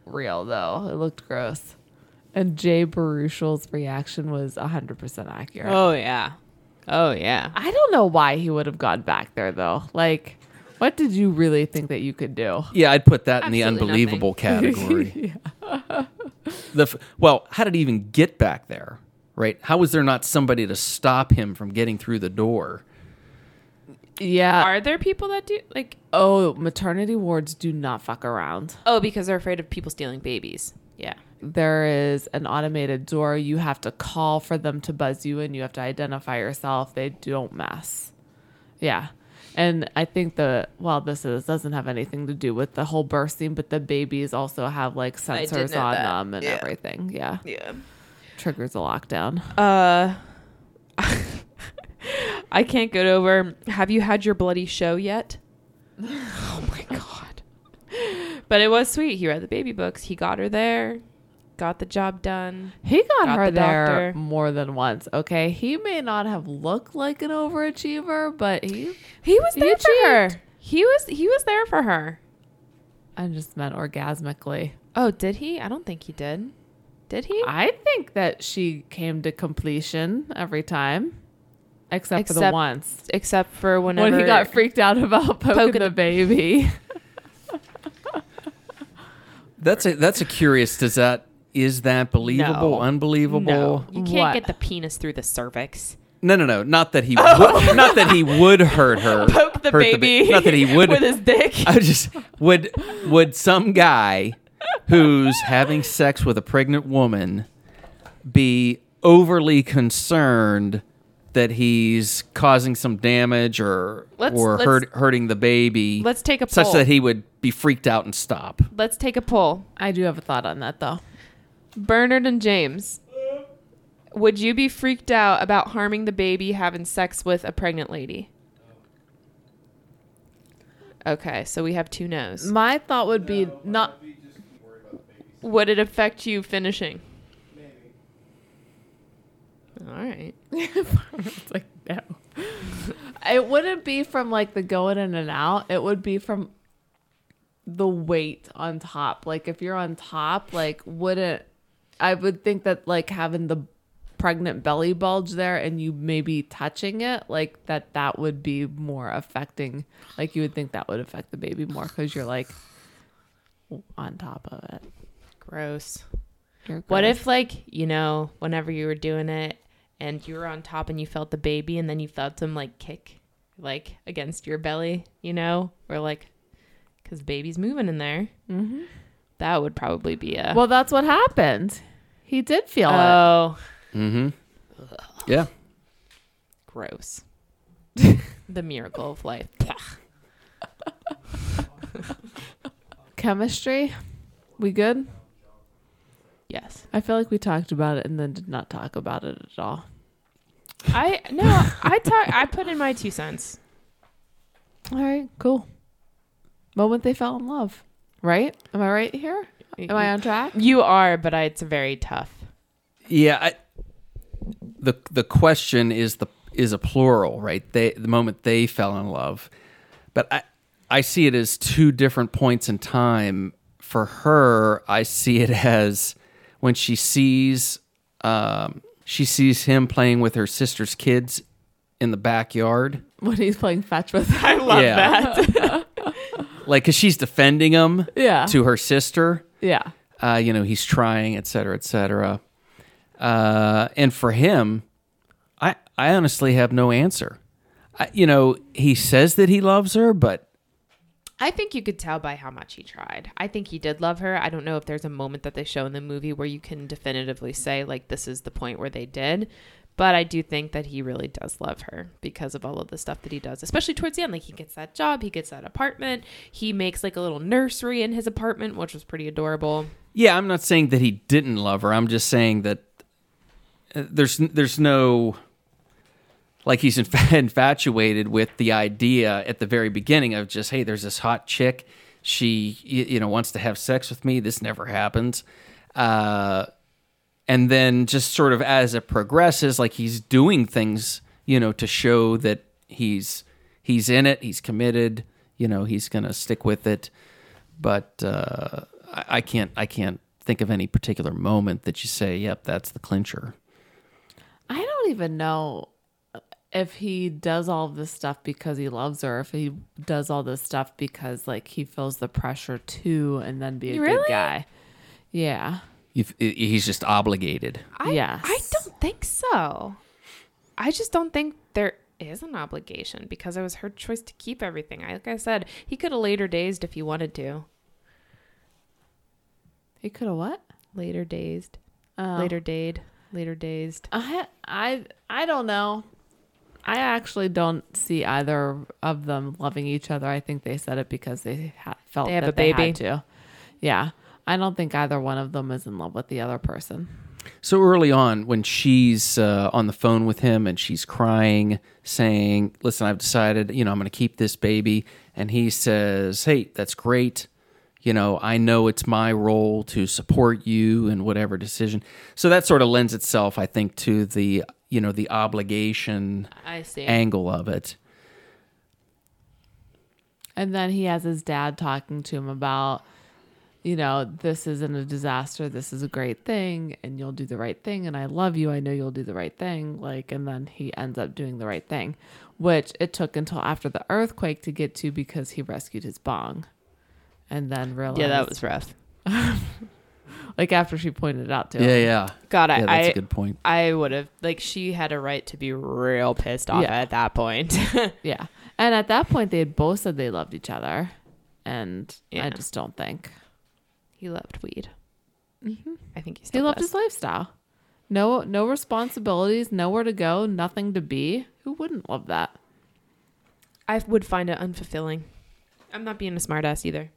Speaker 2: real though. It looked gross. And Jay Baruchel's reaction was 100% accurate.
Speaker 1: Oh yeah. Oh yeah.
Speaker 2: I don't know why he would have gone back there though. Like, what did you really think that you could do?
Speaker 3: Yeah, I'd put that in the
Speaker 1: Absolutely
Speaker 3: unbelievable category. the f- well, how did he even get back there? Right? How was there not somebody to stop him from getting through the door?
Speaker 2: Yeah.
Speaker 1: Are there people that do like
Speaker 2: oh, maternity wards do not fuck around.
Speaker 1: oh because they're afraid of people stealing babies? Yeah.
Speaker 2: there is an automated door. You have to call for them to buzz you in. You have to identify yourself. They don't mess. Yeah. And I think the well, this is doesn't have anything to do with the whole birth scene, but the babies also have like
Speaker 1: did
Speaker 2: sensors
Speaker 1: know
Speaker 2: on
Speaker 1: that.
Speaker 2: them and
Speaker 1: Yeah.
Speaker 2: everything. Yeah,
Speaker 1: Yeah.
Speaker 2: triggers a lockdown.
Speaker 1: Uh I can't get over. Have you had your bloody show yet? oh my god. But it was sweet. He read the baby books. He got her there. Got the job done.
Speaker 2: He got,
Speaker 1: Got
Speaker 2: her
Speaker 1: the
Speaker 2: there
Speaker 1: doctor.
Speaker 2: more than once. Okay, he may not have looked like an overachiever, but he.
Speaker 1: He was
Speaker 2: He
Speaker 1: there for
Speaker 2: achieved.
Speaker 1: her. He was he was there for her.
Speaker 2: I just meant orgasmically.
Speaker 1: Oh, did he? I don't think he did. Did he?
Speaker 2: I think that she came to completion every time, except, for the
Speaker 1: Except
Speaker 2: once
Speaker 1: Except for whenever
Speaker 2: when he got freaked out about poking,
Speaker 1: Poking
Speaker 2: the
Speaker 1: the-
Speaker 2: baby.
Speaker 3: That's a that's a curious. Does that is that believable?
Speaker 1: No.
Speaker 3: Unbelievable?
Speaker 1: No, you can't
Speaker 2: What?
Speaker 1: get the penis through the cervix.
Speaker 3: No, no, no. Not that he would, not that he would hurt her.
Speaker 1: Poke the
Speaker 3: hurt ba-
Speaker 1: baby
Speaker 3: not that he would.
Speaker 1: with his dick.
Speaker 3: I just would would some guy who's having sex with a pregnant woman be overly concerned that he's causing some damage or
Speaker 1: Let's-
Speaker 3: or
Speaker 1: let's-
Speaker 3: hurt, hurting the baby?
Speaker 1: Let's take a
Speaker 3: such
Speaker 1: poll.
Speaker 3: that he would be freaked out and stop.
Speaker 1: Let's take a poll.
Speaker 2: I do have a thought on that though.
Speaker 1: Bernard and James, would you be freaked out about harming the baby having sex with a pregnant lady? Okay, so we have two no's.
Speaker 2: My thought would be not.
Speaker 1: Would it affect you finishing? All right.
Speaker 2: it's like no. it wouldn't be from like the going in and out. It would be from the weight on top. Like if you're on top, like wouldn't I would think that like having the pregnant belly bulge there and you maybe touching it like that that would be more affecting like you would think that would affect the baby more because you're like on top of it
Speaker 1: Gross.
Speaker 2: You're
Speaker 1: What
Speaker 2: gross.
Speaker 1: if, like, you know, whenever you were doing it and you were on top and you felt the baby and then you felt him like kick, like against your belly, you know, or like, because baby's moving in there. Mm-hmm. That would probably be a.
Speaker 2: well that's what happened he did feel it
Speaker 1: oh,
Speaker 3: Mm-hmm. Yeah.
Speaker 1: gross. the miracle of life.
Speaker 2: chemistry we good
Speaker 1: Yes.
Speaker 2: I feel like we talked about it and then did not talk about it at all.
Speaker 1: I no, I talk I put in my two cents.
Speaker 2: All right, cool. Moment they fell in love, right? Am I right here? Am I on track?
Speaker 1: You are, but I, it's very tough.
Speaker 3: Yeah, I, the the question is the is a plural, right? They the moment they fell in love, but I I see it as two different points in time. For her, I see it as when she sees um, she sees him playing with her sister's kids in the backyard.
Speaker 2: When he's playing fetch with I
Speaker 3: yeah, like because she's defending him
Speaker 2: Yeah.
Speaker 3: to her sister
Speaker 2: Yeah.
Speaker 3: uh, you know, he's trying, et cetera, et cetera. Uh, and for him, I, I honestly have no answer. I, you know, he says that he loves her, but
Speaker 1: I think you could tell by how much he tried. I think he did love her. I don't know if there's a moment that they show in the movie where you can definitively say like this is the point where they did, but I do think that he really does love her because of all of the stuff that he does, especially towards the end. Like he gets that job, he gets that apartment, he makes like a little nursery in his apartment, which was pretty adorable.
Speaker 3: yeah, I'm not saying that he didn't love her. I'm just saying that uh, there's there's no like he's inf- infatuated with the idea at the very beginning of just hey, there's this hot chick, she y- you know wants to have sex with me. This never happens. Uh, and then just sort of as it progresses like he's doing things you know to show that he's he's in it he's committed you know he's gonna stick with it but uh i, I can't i can't think of any particular moment that you say yep that's the clincher
Speaker 2: I don't even know if he does all of this stuff because he loves her, if he does all this stuff because like he feels the pressure to and then be a good
Speaker 1: Really?
Speaker 2: guy. Yeah.
Speaker 3: You've, i- he's just obligated
Speaker 1: I,
Speaker 2: Yes.
Speaker 1: I don't think so. I just don't think there is an obligation because it was her choice to keep everything. I, like I said, he could have later dazed if he wanted to.
Speaker 2: He could have what?
Speaker 1: Later dazed.
Speaker 2: Oh.
Speaker 1: Later dayed. Later dazed.
Speaker 2: I I I don't know. I actually don't see either of them loving each other. I think they said it because they ha- felt
Speaker 1: They have
Speaker 2: that
Speaker 1: a
Speaker 2: they
Speaker 1: baby.
Speaker 2: had to. Yeah, I don't think either one of them is in love with the other person.
Speaker 3: So early on, when she's uh, on the phone with him and she's crying, saying, "Listen, I've decided, you know, I'm going to keep this baby," and he says, "Hey, that's great. You know, I know it's my role to support you in whatever decision." So that sort of lends itself, I think, to the you know the obligation
Speaker 1: I see.
Speaker 3: angle of it.
Speaker 2: And then he has his dad talking to him about, you know, this isn't a disaster. This is a great thing, and you'll do the right thing. And I love you. I know you'll do the right thing. Like, and then he ends up doing the right thing, which it took until after the earthquake to get to because he rescued his bong. And then realized,
Speaker 1: yeah, that was rough.
Speaker 2: like after she pointed it out to
Speaker 3: Yeah,
Speaker 2: him.
Speaker 3: yeah,
Speaker 1: God, I
Speaker 3: yeah. That's
Speaker 1: I,
Speaker 3: a good point.
Speaker 1: I would have like she had a right to be real pissed off
Speaker 2: Yeah.
Speaker 1: at that point.
Speaker 2: Yeah. And at that point, they had both said they loved each other. And
Speaker 1: Yeah.
Speaker 2: I just don't think Mm-hmm.
Speaker 1: he loved weed. I think he
Speaker 2: He
Speaker 1: still
Speaker 2: loved
Speaker 1: does.
Speaker 2: his lifestyle. No, no responsibilities, nowhere to go, nothing to be. Who wouldn't love that?
Speaker 1: I would find it unfulfilling. I'm not being a smartass either.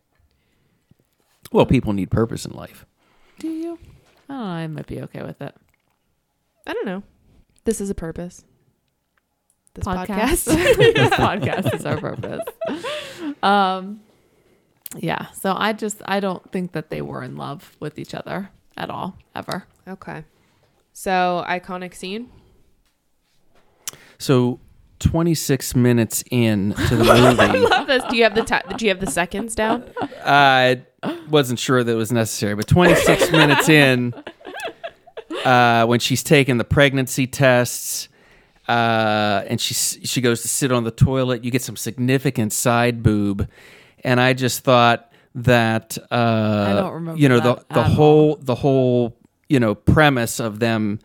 Speaker 3: Well, people need purpose in life.
Speaker 2: Do you? I don't know. I might be okay with it.
Speaker 1: I don't know. This is a purpose. This
Speaker 2: Podcast.
Speaker 1: podcast.
Speaker 2: this podcast is our purpose. Um, yeah. So I just I don't think that they were in love with each other at all ever.
Speaker 1: okay. So iconic scene.
Speaker 3: So, 26 minutes in to the movie.
Speaker 1: Love this. Do you have the ti do you have the seconds down?
Speaker 3: I wasn't sure that it was necessary, but 26 minutes in, uh, when she's taking the pregnancy tests, uh, and she s- she goes to sit on the toilet, you get some significant side boob, and I just thought that uh,
Speaker 2: don't remember
Speaker 3: you know
Speaker 2: that
Speaker 3: the the
Speaker 2: at all.
Speaker 3: whole the whole you know premise of them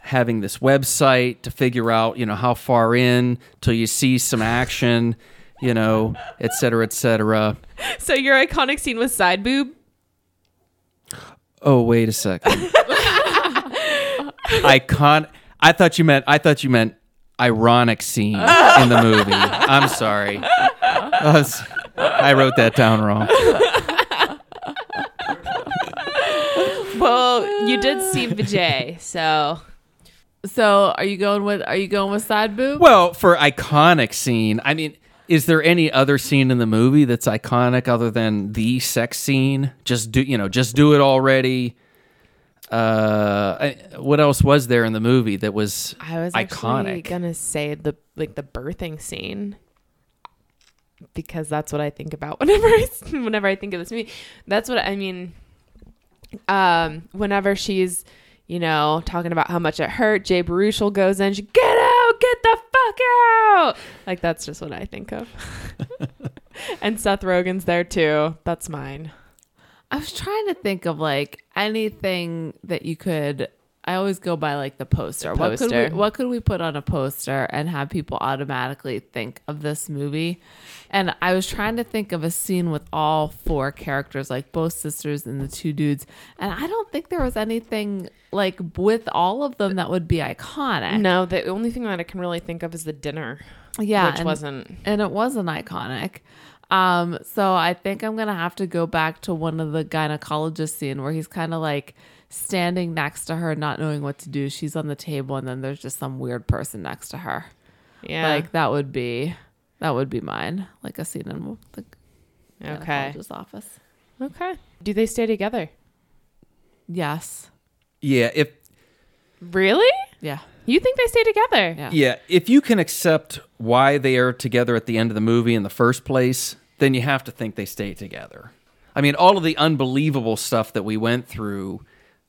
Speaker 3: having this website to figure out you know how far in till you see some action, you know, et cetera, et cetera.
Speaker 1: So your iconic scene was side boob.
Speaker 3: Oh, wait a second. Icon. I thought you meant. I thought you meant ironic scene in the movie. I'm sorry. I was- I wrote that down wrong.
Speaker 1: well, you did see Vijay, so
Speaker 2: So are you going with are you going with side boob?
Speaker 3: Well, for iconic scene, I mean, is there any other scene in the movie that's iconic other than the sex scene? Just do you know, just do it already. Uh, I- what else was there in the movie that was,
Speaker 1: I was actually
Speaker 3: iconic?
Speaker 1: gonna say the like the birthing scene because that's what I think about whenever I whenever I think of this movie. That's what I mean. Um, whenever she's you know talking about how much it hurt, Jay Baruchel goes in. She get out, get the fuck out. Like that's just what I think of. and Seth Rogen's there too. That's mine.
Speaker 2: I was trying to think of like anything that you could. I always go by like the poster.
Speaker 1: The
Speaker 2: What could
Speaker 1: poster.
Speaker 2: we what could we put on a poster and have people automatically think of this movie? And I was trying to think of a scene with all four characters, like both sisters and the two dudes. And I don't think there was anything like with all of them that would be iconic.
Speaker 1: No, the only thing that I can really think of is the dinner,
Speaker 2: yeah,
Speaker 1: which
Speaker 2: and-
Speaker 1: wasn't.
Speaker 2: and it wasn't iconic. Um, so I think I'm gonna have to go back to one of the gynecologist scene where he's kind of like standing next to her, not knowing what to do. She's on the table, and then there's just some weird person next to her.
Speaker 1: Yeah.
Speaker 2: Like that would be that would be mine, like a scene in the
Speaker 1: okay.
Speaker 2: gynecologist's office.
Speaker 1: Okay. Do they stay together?
Speaker 2: Yes.
Speaker 3: yeah, if
Speaker 1: Really?
Speaker 2: Yeah.
Speaker 1: You think they stay together?
Speaker 2: Yeah.
Speaker 3: yeah, if you can accept why they are together at the end of the movie in the first place, then you have to think they stay together. I mean, all of the unbelievable stuff that we went through,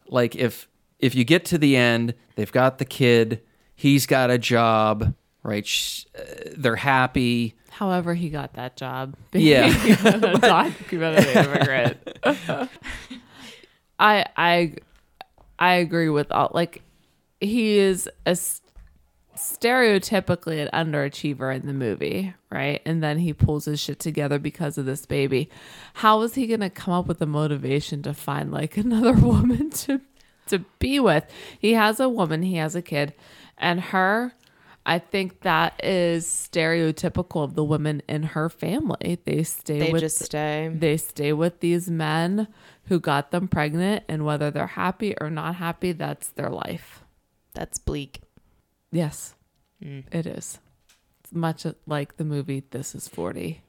Speaker 3: like if if you get to the end, they've got the kid, he's got a job, right? Sh- uh, they're happy.
Speaker 2: However, he got that job.
Speaker 3: Yeah.
Speaker 2: documentary immigrant. I I I agree with all like he is a s- stereotypically an underachiever in the movie, right? And then he pulls his shit together because of this baby. How is he going to come up with the motivation to find like another woman to to be with? He has a woman, he has a kid, and her I think that is stereotypical of the women in her family. They stay
Speaker 1: They
Speaker 2: with
Speaker 1: just stay.
Speaker 2: they stay with these men who got them pregnant and whether they're happy or not happy that's their life
Speaker 1: That's bleak.
Speaker 2: yes
Speaker 1: Mm.
Speaker 2: it is it's much like the movie this is 40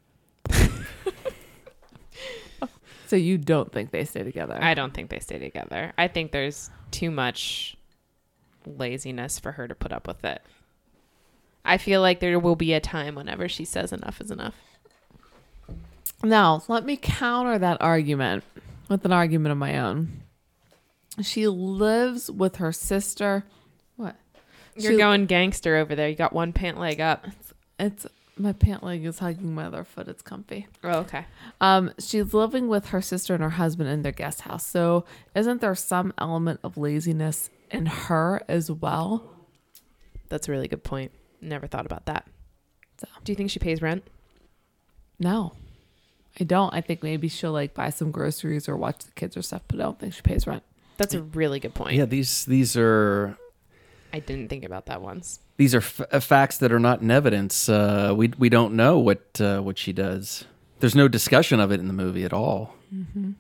Speaker 2: so you don't think they stay together
Speaker 1: I don't think they stay together. I think there's too much laziness for her to put up with it. I feel like there will be a time whenever she says enough is enough.
Speaker 2: Now, let me counter that argument with an argument of my own. She lives with her sister. What?
Speaker 1: You're
Speaker 2: She-
Speaker 1: going gangster over there. You got one pant leg up.
Speaker 2: It's my pant leg is hugging my other foot. It's comfy.
Speaker 1: Oh, okay.
Speaker 2: Um, she's living with her sister and her husband in their guest house. So, isn't there some element of laziness in her as well?
Speaker 1: That's a really good point. Never thought about that.
Speaker 2: So-
Speaker 1: Do you think she pays rent?
Speaker 2: No, I don't. I think maybe she'll like buy some groceries or watch the kids or stuff, but I don't think she pays rent.
Speaker 1: That's a really good point.
Speaker 3: yeah, these these are
Speaker 1: I didn't think about that once.
Speaker 3: these are f- uh, facts that are not in evidence. Uh, we we don't know what uh, what she does. There's no discussion of it in the movie at all.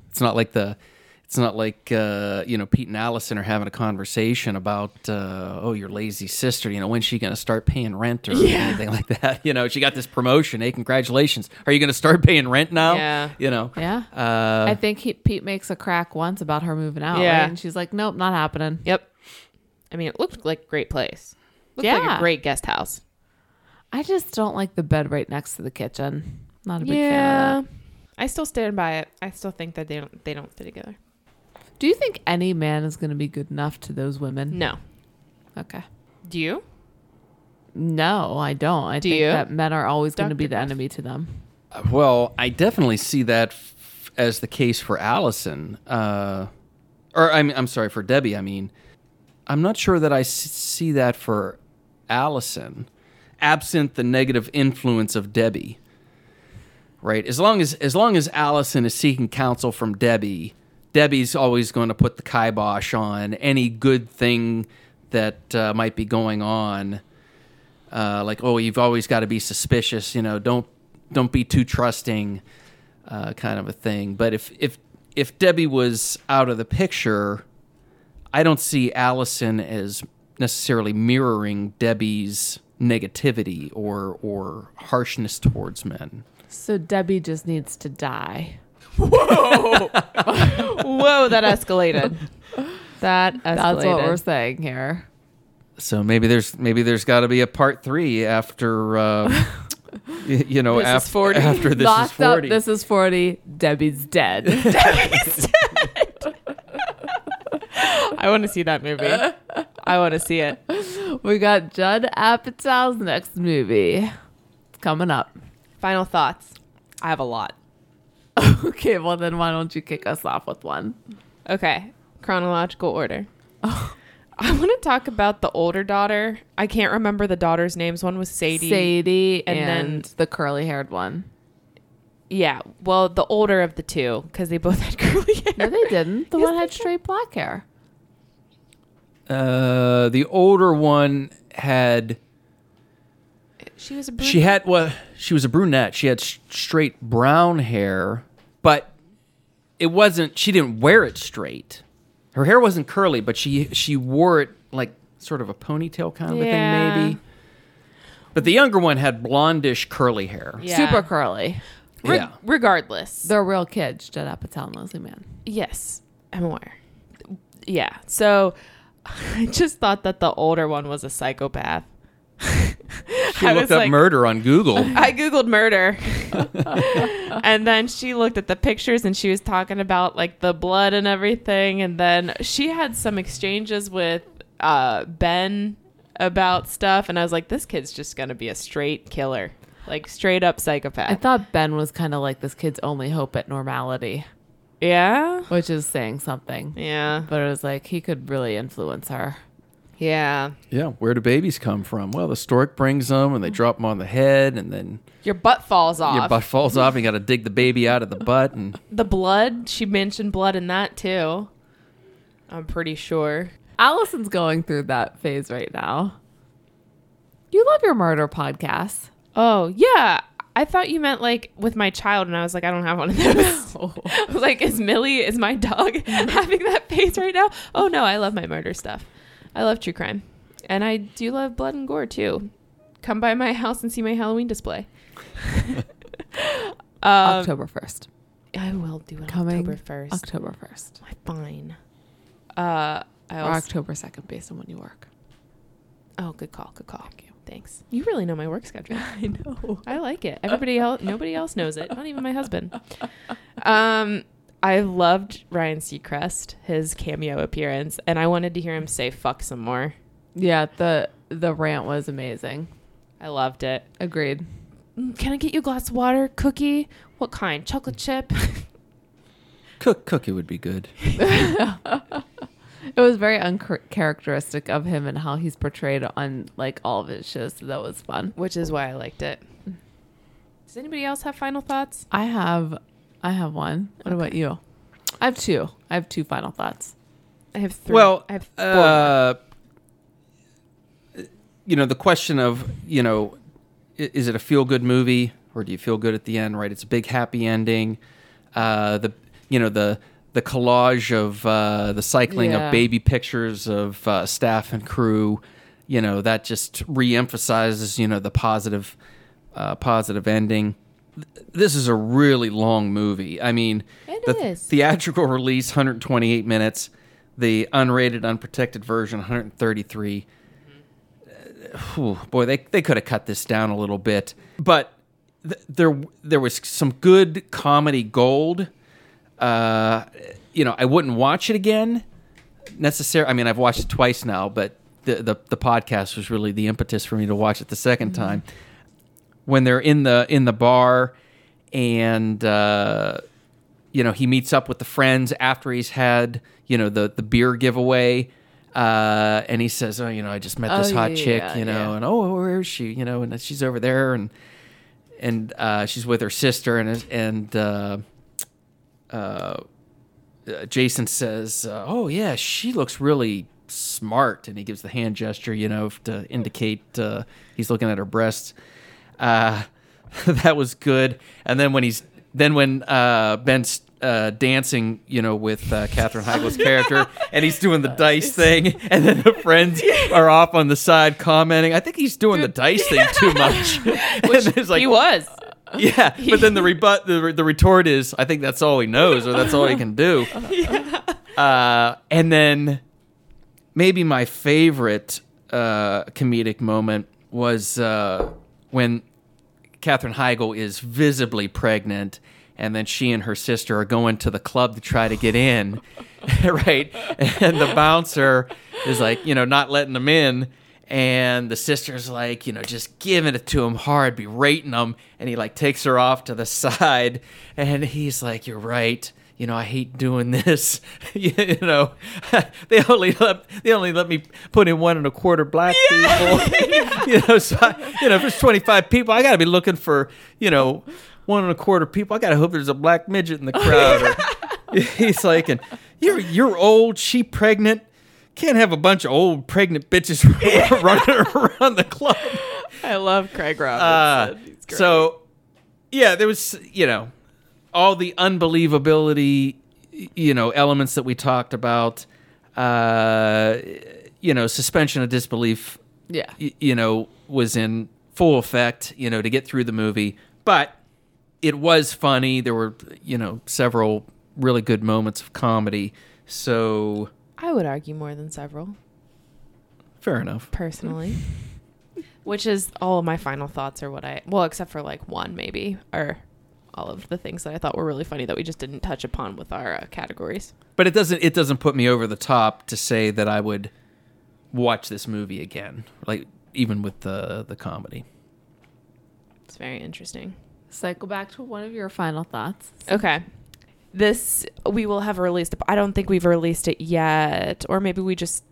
Speaker 3: It's not like the it's not like uh, you know Pete and Allison are having a conversation about uh, oh your lazy sister. You know when's she going to start paying rent or anything like that. You know she got this promotion. Hey, congratulations. Are you going to start paying rent now?
Speaker 1: Yeah.
Speaker 3: You know.
Speaker 2: Yeah.
Speaker 3: Uh,
Speaker 2: I think he, Pete makes a crack once about her moving out,
Speaker 1: Yeah.
Speaker 2: right? And she's like, "Nope, not happening."
Speaker 1: Yep. I mean, it looked like a great place. Looked like
Speaker 2: Yeah.
Speaker 1: a great guest house.
Speaker 2: I just don't like the bed right next to the kitchen. Not a big fan
Speaker 1: yeah.
Speaker 2: of
Speaker 1: I still stand by it. I still think that they don't they don't fit together.
Speaker 2: that. Do you think any man is going to be good enough to those women?
Speaker 1: No. Mm.
Speaker 2: Okay.
Speaker 1: Do you?
Speaker 2: No, I don't. I
Speaker 1: Do
Speaker 2: think
Speaker 1: you?
Speaker 2: that men are always going to be
Speaker 1: Dr.
Speaker 2: the
Speaker 1: Buff.
Speaker 2: enemy to them.
Speaker 3: Well, I definitely see that f- as the case for Allison. Uh, or I'm, I'm sorry, for Debbie, I mean. I'm not sure that I s- see that for Allison, absent the negative influence of Debbie. Right? As long as as long as Allison is seeking counsel from Debbie, Debbie's always going to put the kibosh on any good thing that uh, might be going on. Uh, like, oh, you've always got to be suspicious, you know, don't don't be too trusting, uh, kind of a thing. But if if if Debbie was out of the picture, I don't see Allison as necessarily mirroring Debbie's negativity or or harshness towards men.
Speaker 2: So Debbie just needs to die.
Speaker 1: Whoa, that escalated. That escalated.
Speaker 2: That's what we're saying here.
Speaker 3: So maybe there's maybe there's got to be a part three after uh, y- you know
Speaker 1: This is
Speaker 3: after
Speaker 1: 40.
Speaker 3: Oh, after this is
Speaker 2: Locked
Speaker 3: forty.
Speaker 2: up. This is forty. Debbie's dead.
Speaker 1: I want to see that movie. I want to see it.
Speaker 2: we got Judd Apatow's next movie. It's coming up.
Speaker 1: Final thoughts. I have a lot.
Speaker 2: Okay, well then why don't you kick us off with one?
Speaker 1: Okay, chronological order. Oh. I want to talk about the older daughter. I can't remember the daughters' names. One was Sadie.
Speaker 2: Sadie and,
Speaker 1: and then-
Speaker 2: the curly haired one.
Speaker 1: Yeah, well, the older of the two because they both had curly hair.
Speaker 2: No, they didn't. The
Speaker 1: Yes,
Speaker 2: one
Speaker 1: they
Speaker 2: had
Speaker 1: did.
Speaker 2: straight black hair.
Speaker 3: uh, the older one had
Speaker 1: She was a brunette.
Speaker 3: she had well she was a brunette. She had s- straight brown hair, but it wasn't. She didn't wear it straight. Her hair wasn't curly, but she she wore it like sort of a ponytail kind of a
Speaker 1: Yeah.
Speaker 3: thing, maybe. But the younger one had blondish curly hair.
Speaker 1: Yeah.
Speaker 2: Super curly.
Speaker 1: Re-
Speaker 3: yeah.
Speaker 1: Regardless,
Speaker 2: They're real kids, Judd Apatow and Leslie Mann.
Speaker 1: Yes, I'm aware. Yeah. So I just thought that the older one was a psychopath.
Speaker 3: She
Speaker 1: I
Speaker 3: looked
Speaker 1: was
Speaker 3: up
Speaker 1: like-
Speaker 3: murder on Google.
Speaker 1: I googled murder. and then she looked at the pictures and she was talking about like the blood and everything and then she had some exchanges with uh Ben about stuff and I was like this kid's just going to be a straight killer. Like straight up
Speaker 2: I
Speaker 1: psychopath.
Speaker 2: thought Ben was kind of like this kid's only hope at normality,
Speaker 1: yeah?
Speaker 2: which is saying something.
Speaker 1: Yeah.
Speaker 2: But it was like he could really influence her.
Speaker 1: Yeah.
Speaker 3: Yeah, where do babies come from? Well, the stork brings them, and they drop them on the head, and then
Speaker 1: Your butt falls Mm. off.
Speaker 3: your butt falls off. And you got to dig the baby out of the butt, and
Speaker 1: The blood, she mentioned blood in that too. I'm pretty sure.
Speaker 2: Allison's going through that phase right now. You love your murder podcasts.
Speaker 1: Oh, yeah. I thought you meant like with my child, and I was like, I don't have one of those.
Speaker 2: Um,
Speaker 1: I was like, is Millie, is my dog having that phase right now? Oh, no, I love my murder stuff. I love true crime. And I do love blood and gore too. Come by my house and see my Halloween display. um,
Speaker 2: October 1st.
Speaker 1: I will do it
Speaker 2: Coming
Speaker 1: October 1st.
Speaker 2: October 1st.
Speaker 1: Fine. Uh, I
Speaker 2: Or
Speaker 1: also,
Speaker 2: October 2nd, based on when you work.
Speaker 1: Oh, good call. Good call. Thank you. Thanks. You really know my work schedule.
Speaker 2: I know.
Speaker 1: I like it. Everybody else, nobody else knows it. Not even my husband. Um, I loved Ryan Seacrest, his cameo appearance, and I wanted to hear him say "fuck" some more.
Speaker 2: Yeah, the the rant was amazing.
Speaker 1: I loved it.
Speaker 2: Agreed.
Speaker 1: Mm, Can I get you a glass of water? Cookie? What kind? Chocolate chip?
Speaker 3: cook cookie would be good.
Speaker 2: It was very uncharacteristic of him and how he's portrayed on like all of his shows. So that was fun.
Speaker 1: Which is why I liked it. Does anybody else have final thoughts?
Speaker 2: I have, I have one. What about you? I have two. I have two final thoughts.
Speaker 1: I have three.
Speaker 3: Well,
Speaker 1: I have four.
Speaker 3: uh, you know the question of you know i- is it a feel good movie or do you feel good at the end? Right, it's a big happy ending. Uh, the you know the the collage of uh, the cycling
Speaker 2: Yeah.
Speaker 3: of baby pictures of uh, staff and crew. You know that just reemphasizes you know the positive uh, positive ending. Th- This is a really long movie. I mean,
Speaker 1: It
Speaker 3: the
Speaker 1: is.
Speaker 3: theatrical release 128 minutes, the unrated unprotected version 133. Uh, Whew, boy, they they could have cut this down a little bit, but th- there there was some good comedy gold. Uh, you know, I wouldn't watch it again necessarily. I mean, I've watched it twice now, but the, the the podcast was really the impetus for me to watch it the 2nd
Speaker 2: Mm-hmm.
Speaker 3: time. When they're in the in the bar, and uh, you know he meets up with the friends after he's had you know the the beer giveaway. Uh, and he says, "Oh, you know, I just met this
Speaker 2: Oh,
Speaker 3: hot
Speaker 2: yeah,
Speaker 3: chick,
Speaker 2: yeah,
Speaker 3: you know,
Speaker 2: yeah.
Speaker 3: and oh, where is she? You know, and she's over there, and and uh, she's with her sister, and and uh, uh, uh, Jason says, uh, "Oh yeah, she looks really smart," and he gives the hand gesture, you know, to indicate uh, he's looking at her breasts. Uh, that was good. And then when he's then when uh, Ben s- uh, dancing, you know, with uh, Catherine Heigl's character, and he's doing the dice thing, and then the friends are off on the side commenting. I think he's doing the dice thing too much. and it's like,
Speaker 1: he was.
Speaker 3: yeah, but then the rebut, the, re- the retort is, I think that's all he knows, or that's all he can do. Uh, and then maybe my favorite uh, comedic moment was uh, when Katherine Heigl is visibly pregnant, and then she and her sister are going to the club to try to get in, right? And the bouncer is like, you know, not letting them in. And the sister's like, you know, just giving it to him hard, berating him. And he like takes her off to the side. And he's like, you're right you know, I hate doing this. you, you know, they only let they only let me put in one and a quarter black people. you know, so I, you know, if there's 25 people, I got to be looking for you know one and a quarter people. I got to hope there's a black midget in the crowd. or, he's like, and you're you're old, she pregnant. Can't have a bunch of old pregnant bitches running around the club.
Speaker 2: I love Craig
Speaker 3: Uh,
Speaker 2: Robinson. He's great.
Speaker 3: so, yeah, there was, you know, all the unbelievability, y- you know, elements that we talked about, uh, you know, suspension of disbelief,
Speaker 2: yeah,
Speaker 3: y- you know, was in full effect, you know, to get through the movie. But it was funny. There were, you know, several really good moments of comedy. So,
Speaker 1: I would argue more than several,
Speaker 3: fair enough.
Speaker 1: personally. Which is all of my final thoughts are what I well, except for like one maybe, or all of the things that I thought were really funny that we just didn't touch upon with our uh, categories.
Speaker 3: But it doesn't it doesn't put me over the top to say that I would watch this movie again, like even with the the comedy.
Speaker 1: It's very interesting.
Speaker 2: cycle back to one of your final thoughts.
Speaker 1: Okay. This we will have released. I don't think we've released it yet, or maybe we just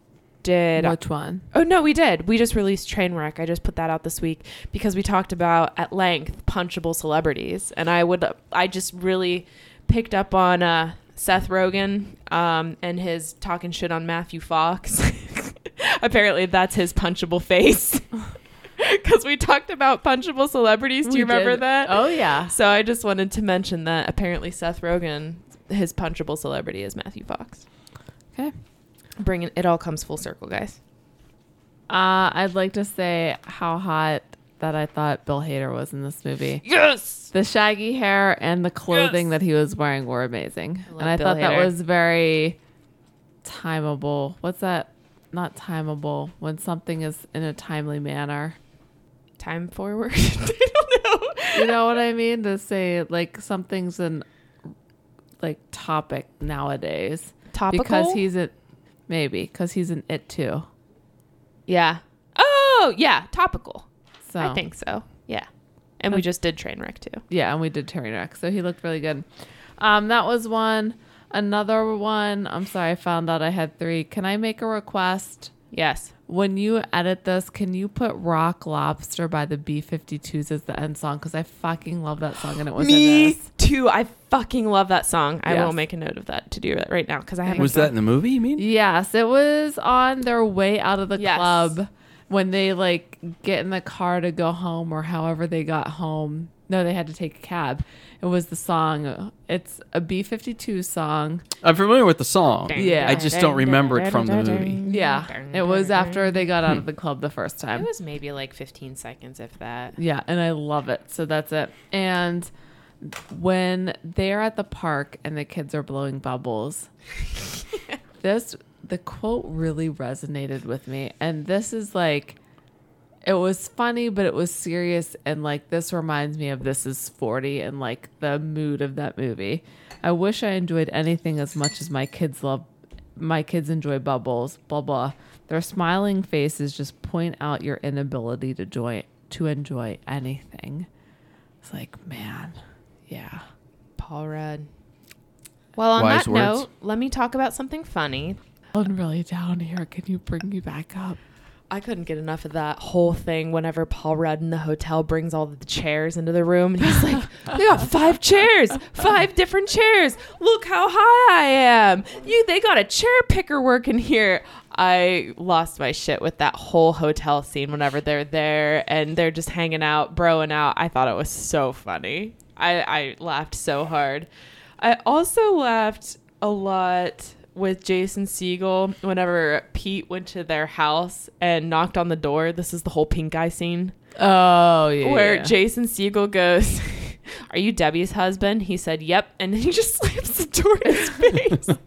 Speaker 1: did.
Speaker 2: Which one?
Speaker 1: Oh no, we did. We just released Trainwreck. I just put that out this week because we talked about at length punchable celebrities, and I would I just really picked up on uh, Seth Rogen um, and his talking shit on Matthew Fox. Apparently, that's his punchable face. Because we talked about punchable celebrities. Do
Speaker 2: We
Speaker 1: you remember
Speaker 2: did-
Speaker 1: that?
Speaker 2: Oh yeah.
Speaker 1: So I just wanted to mention that apparently Seth Rogen, his punchable celebrity is Matthew Fox.
Speaker 2: Okay.
Speaker 1: Bringing it all comes full circle, guys.
Speaker 2: Uh, I'd like to say how hot that I thought Bill Hader was in this movie.
Speaker 1: Yes.
Speaker 2: The shaggy hair and the clothing
Speaker 1: Yes.
Speaker 2: that he was wearing were amazing.
Speaker 1: I love
Speaker 2: and I
Speaker 1: Bill
Speaker 2: thought that
Speaker 1: Hader.
Speaker 2: was very timeable. What's that? Not timeable. When something is in a timely manner.
Speaker 1: Time forward. I don't know.
Speaker 2: You know what I mean? To say like something's an like topic nowadays.
Speaker 1: Topical.
Speaker 2: Because he's a maybe, because he's an it too.
Speaker 1: yeah. Oh yeah, topical.
Speaker 2: So
Speaker 1: I think so. Yeah. And we just did Trainwreck too.
Speaker 2: Yeah, and we did Terry Rack, so he looked really good. Um, that was one. Another one. I'm sorry, I found out I had three. Can I make a request?
Speaker 1: Yes.
Speaker 2: When you edit this, can you put Rock Lobster by the B52s as the end song? Because I fucking love that song and it was in this.
Speaker 1: too. I fucking love that song. I
Speaker 2: Yes.
Speaker 1: will make a note of that to do that right now because I haven't.
Speaker 3: Was that in the movie, you mean?
Speaker 2: Yes, it was on their way out of the
Speaker 1: Yes.
Speaker 2: club when they like get in the car to go home or however they got home. No, they had to take a cab. It was the song. It's a B52 song.
Speaker 3: I'm familiar with the song.
Speaker 2: Yeah.
Speaker 3: I just don't remember it from the movie.
Speaker 2: Yeah, it was after they got out of the club the first
Speaker 1: It
Speaker 2: time.
Speaker 1: was maybe like 15 seconds, if that.
Speaker 2: Yeah, and I love it. So that's it. And when they're at the park and the kids are blowing bubbles, this the quote really resonated with me. And this is like it was funny, but it was serious and like this reminds me of this is 40 and like the mood of that movie. I wish I enjoyed anything as much as my kids love my kids enjoy bubbles, blah blah. Their smiling faces just point out your inability to joy to enjoy anything. It's like, man, yeah.
Speaker 1: Paul Rudd. Well, on
Speaker 3: Wise
Speaker 1: that
Speaker 3: words.
Speaker 1: note, let me talk about something funny.
Speaker 2: I'm really down here. Can you bring me back up?
Speaker 1: I couldn't get enough of that whole thing whenever Paul Rudd in the hotel brings all the chairs into the room and he's like, They got five chairs, five different chairs. Look how high I am. You they got a chair picker working here. I lost my shit with that whole hotel scene whenever they're there and they're just hanging out, broing out. I thought it was so funny. I, I laughed so hard. I also laughed a lot with Jason Siegel whenever Pete went to their house and knocked on the door. This is the whole pink eye scene
Speaker 2: Oh yeah.
Speaker 1: where
Speaker 2: yeah.
Speaker 1: Jason Siegel goes, Are you Debbie's husband? He said, Yep. And then he just slams the door in his face.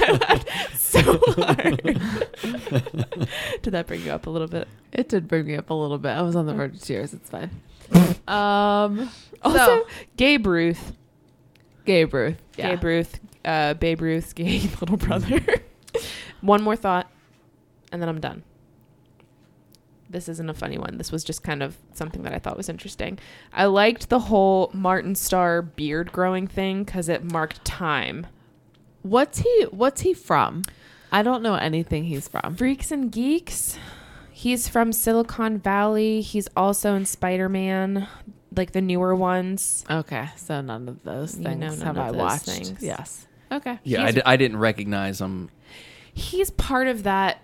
Speaker 1: I laughed so hard. Did that bring you up a little bit?
Speaker 2: it did bring me up a little bit. I was on the verge of tears. It's fine. um.
Speaker 1: Also,
Speaker 2: so,
Speaker 1: Gabe Ruth.
Speaker 2: Gabe Ruth. Yeah.
Speaker 1: Gabe Ruth, uh, Babe Ruth's gay little brother. one more thought, and then I'm done. This isn't a funny one. This was just kind of something that I thought was interesting. I liked the whole Martin Starr beard growing thing because it marked time.
Speaker 2: What's he? What's he from? I don't know anything he's from.
Speaker 1: Freaks and Geeks. He's from Silicon Valley. He's also in Spider Man, like the newer ones.
Speaker 2: Okay, so none of those
Speaker 1: You
Speaker 2: things
Speaker 1: know none
Speaker 2: have
Speaker 1: of
Speaker 2: I
Speaker 1: those
Speaker 2: watched.
Speaker 1: things.
Speaker 2: Yes. Okay.
Speaker 3: Yeah, I
Speaker 1: He's-
Speaker 3: d- I didn't recognize him.
Speaker 1: He's part of that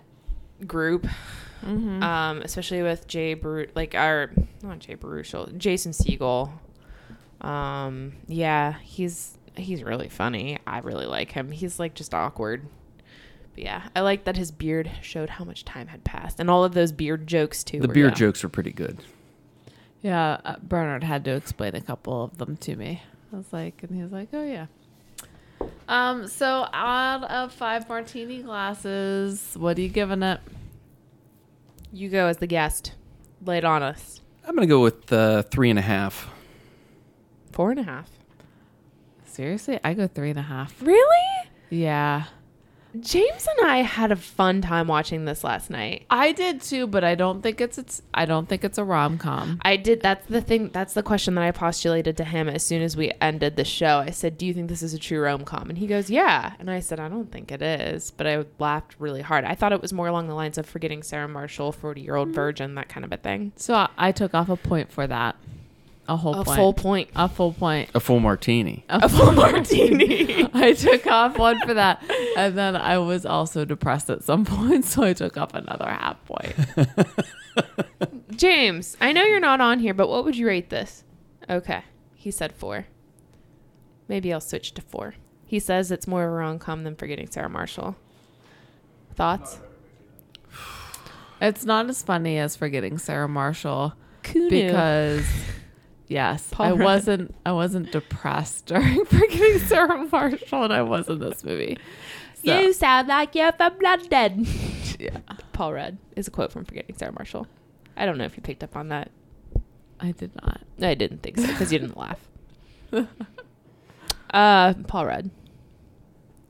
Speaker 1: group.
Speaker 2: Mm-hmm.
Speaker 1: um, especially with Jay Baru- like our not Jay Baruchel, Jason Siegel. Um, yeah, he's he's really funny. I really like him. He's like just awkward. But yeah, I like that his beard showed how much time had passed, and all of those beard jokes too.
Speaker 3: The
Speaker 1: were-
Speaker 3: beer
Speaker 1: yeah.
Speaker 3: jokes were pretty good.
Speaker 2: Yeah, uh, Bernard had to explain a couple of them to me. I was like, and he was like, oh yeah. Um, so out of five martini glasses, what are you giving it?
Speaker 1: You go as the guest. Lay it on us.
Speaker 3: I'm gonna go with uh, three and a half.
Speaker 1: Four and a half.
Speaker 2: Seriously, I go three and a half.
Speaker 1: Really?
Speaker 2: Yeah,
Speaker 1: James and I had a fun time watching this last night.
Speaker 2: I did too, but I don't think it's it's I don't think it's a rom com.
Speaker 1: I did. That's the thing. That's the question that I postulated to him as soon as we ended the show. I said, "Do you think this is a true rom com?" And he goes, "Yeah." And I said, "I don't think it is," but I laughed really hard. I thought it was more along the lines of forgetting Sarah Marshall, forty-year-old virgin, that kind of a thing.
Speaker 2: So I, I took off a point for that, a whole
Speaker 1: a
Speaker 2: point,
Speaker 1: full point.
Speaker 2: a
Speaker 1: Uh,
Speaker 2: full point.
Speaker 3: A full martini.
Speaker 2: a full martini. I took off one for that. And then I was also depressed at some point, so I took off another half point.
Speaker 1: James, I know you're not on here, but what would you rate this? Okay, he said four. Maybe I'll switch to four. He says it's more of a rom com than forgetting Sarah Marshall. Thoughts?
Speaker 2: It's not as funny as forgetting Sarah Marshall
Speaker 1: Kunu.
Speaker 2: because yes,
Speaker 1: Paul
Speaker 2: I
Speaker 1: Rudd.
Speaker 2: wasn't I wasn't depressed during forgetting Sarah Marshall and I was in this movie. So,
Speaker 1: You sound like you're from London.
Speaker 2: yeah.
Speaker 1: Paul Rudd is a quote from Forgetting Sarah Marshall. I don't know if you picked up on that.
Speaker 2: I did not.
Speaker 1: I didn't think so because you didn't laugh. Uh, Paul Rudd,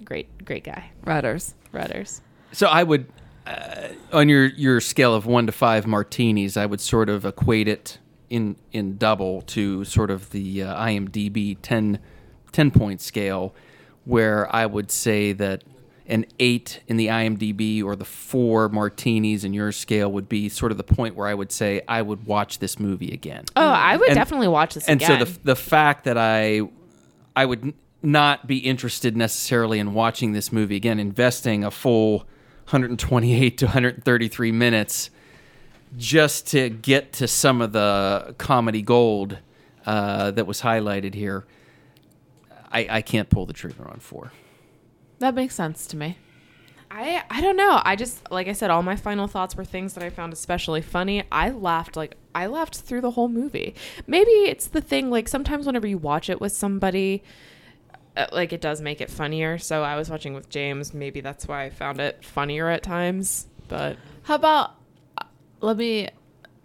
Speaker 1: great, great guy.
Speaker 2: Rudders.
Speaker 1: Rudders.
Speaker 3: So I would, uh, on your your scale of one to five martinis, I would sort of equate it in in double to sort of the uh, IMDb 10, 10 point scale, where I would say that an eight in the IMDb or the four martinis in your scale would be sort of the point where I would say I would watch this movie again.
Speaker 1: Oh, I would
Speaker 3: And-
Speaker 1: definitely watch this
Speaker 3: and
Speaker 1: again.
Speaker 3: so the the fact that I I would n- not be interested necessarily in watching this movie again, investing a full 128 to 133 minutes just to get to some of the comedy gold uh, that was highlighted here. I, I can't pull the trigger on four.
Speaker 2: That makes sense to me.
Speaker 1: I I don't know. I just like I said, all my final thoughts were things that I found especially funny. I laughed like I laughed through the whole movie. Maybe it's the thing like sometimes whenever you watch it with somebody, uh, like it does make it funnier. So I was watching with James. Maybe that's why I found it funnier at times. But
Speaker 2: How about uh, let me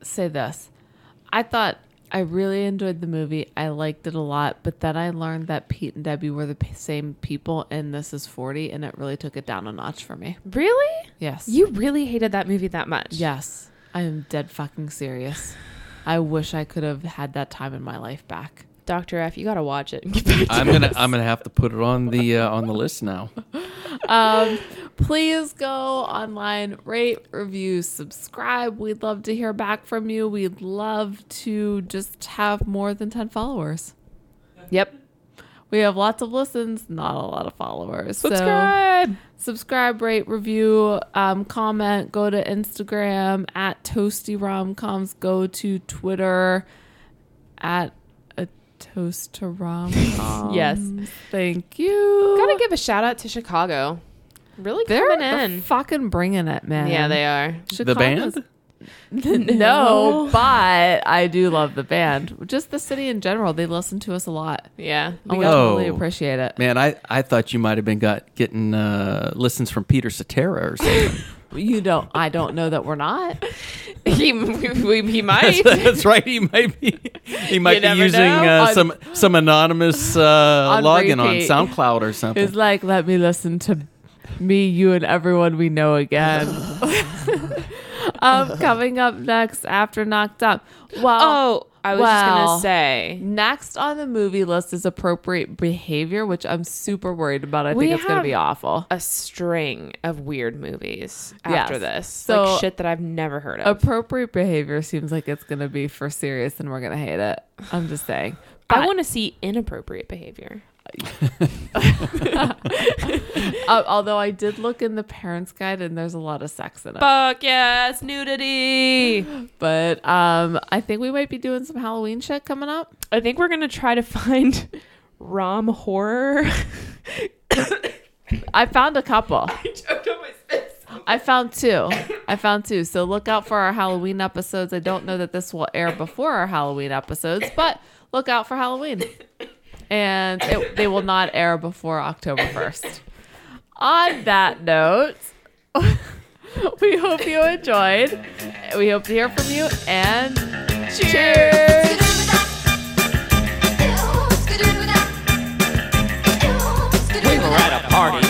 Speaker 2: say this. I thought I really enjoyed the movie. I liked it a lot, but then I learned that Pete and Debbie were the p- same people and This Is 40 and it really took it down a notch for me.
Speaker 1: really,
Speaker 2: Yes.
Speaker 1: you really hated that movie that much?
Speaker 2: Yes. I am dead fucking serious. I wish I could have had that time in my life back.
Speaker 1: Doctor F, you gotta watch it. And get back to
Speaker 3: I'm gonna I'm gonna have to put it on the uh, on the list now.
Speaker 2: Um, please go online, rate, review, subscribe. We'd love to hear back from you. We'd love to just have more than 10 followers.
Speaker 1: Yep.
Speaker 2: We have lots of listens, not a lot of followers.
Speaker 1: Subscribe.
Speaker 2: So subscribe, rate, review, um, comment. Go to Instagram at Toasty Romcoms. Go to Twitter at a toast to rum.
Speaker 1: Yes.
Speaker 2: Thank you.
Speaker 1: Gotta give a shout out to Chicago. Really
Speaker 2: They're
Speaker 1: coming
Speaker 2: the
Speaker 1: in.
Speaker 2: fucking bringing it, man.
Speaker 1: yeah, they are.
Speaker 3: the
Speaker 2: Chicago's-
Speaker 3: band?
Speaker 2: no, but I do love the band. Just the city in general. They listen to us a lot.
Speaker 1: Yeah.
Speaker 2: We
Speaker 1: We got-
Speaker 3: Oh.
Speaker 2: totally appreciate it.
Speaker 3: Man, I, I thought you might have been got getting uh, listens from Peter Cetera or something.
Speaker 2: You don't. I don't know that we're not.
Speaker 1: he, we, he might.
Speaker 3: That's right. He might be he might be
Speaker 1: never
Speaker 3: using
Speaker 1: know.
Speaker 3: uh,
Speaker 2: On-
Speaker 3: some some anonymous uh, login
Speaker 1: repeat.
Speaker 3: on SoundCloud or
Speaker 2: It's
Speaker 3: something.
Speaker 2: like let me listen to me, you, and everyone we know again. um, coming up next after knocked up. Well,
Speaker 1: oh, I was just
Speaker 2: Well.
Speaker 1: gonna say.
Speaker 2: Next on the movie list is appropriate behavior, which I'm super worried about. I
Speaker 1: We
Speaker 2: think it's going to
Speaker 1: have-
Speaker 2: be awful.
Speaker 1: A string of weird movies
Speaker 2: Yes.
Speaker 1: after this,
Speaker 2: So-
Speaker 1: like shit that I've never heard of.
Speaker 2: Appropriate behavior seems like it's going to be for serious and we're going to hate it. I'm just saying.
Speaker 1: I want to see inappropriate behavior.
Speaker 2: Uh, although I did look in the parents' guide and there's a lot of sex in it.
Speaker 1: Fuck yes, nudity.
Speaker 2: But um, I think we might be doing some Halloween shit coming up.
Speaker 1: I think we're gonna try to find rom horror.
Speaker 2: I found a couple.
Speaker 1: I choked on my spit.
Speaker 2: I found two. I found two. So look out for our Halloween episodes. I don't know that this will air before our Halloween episodes, but look out for Halloween. And it, they will not air before October 1st. On that note, we hope you enjoyed. We hope to hear from you and cheers.
Speaker 4: We were at a party.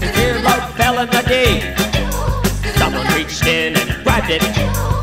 Speaker 4: This earlobe fell in the day. Someone reached in and grabbed it.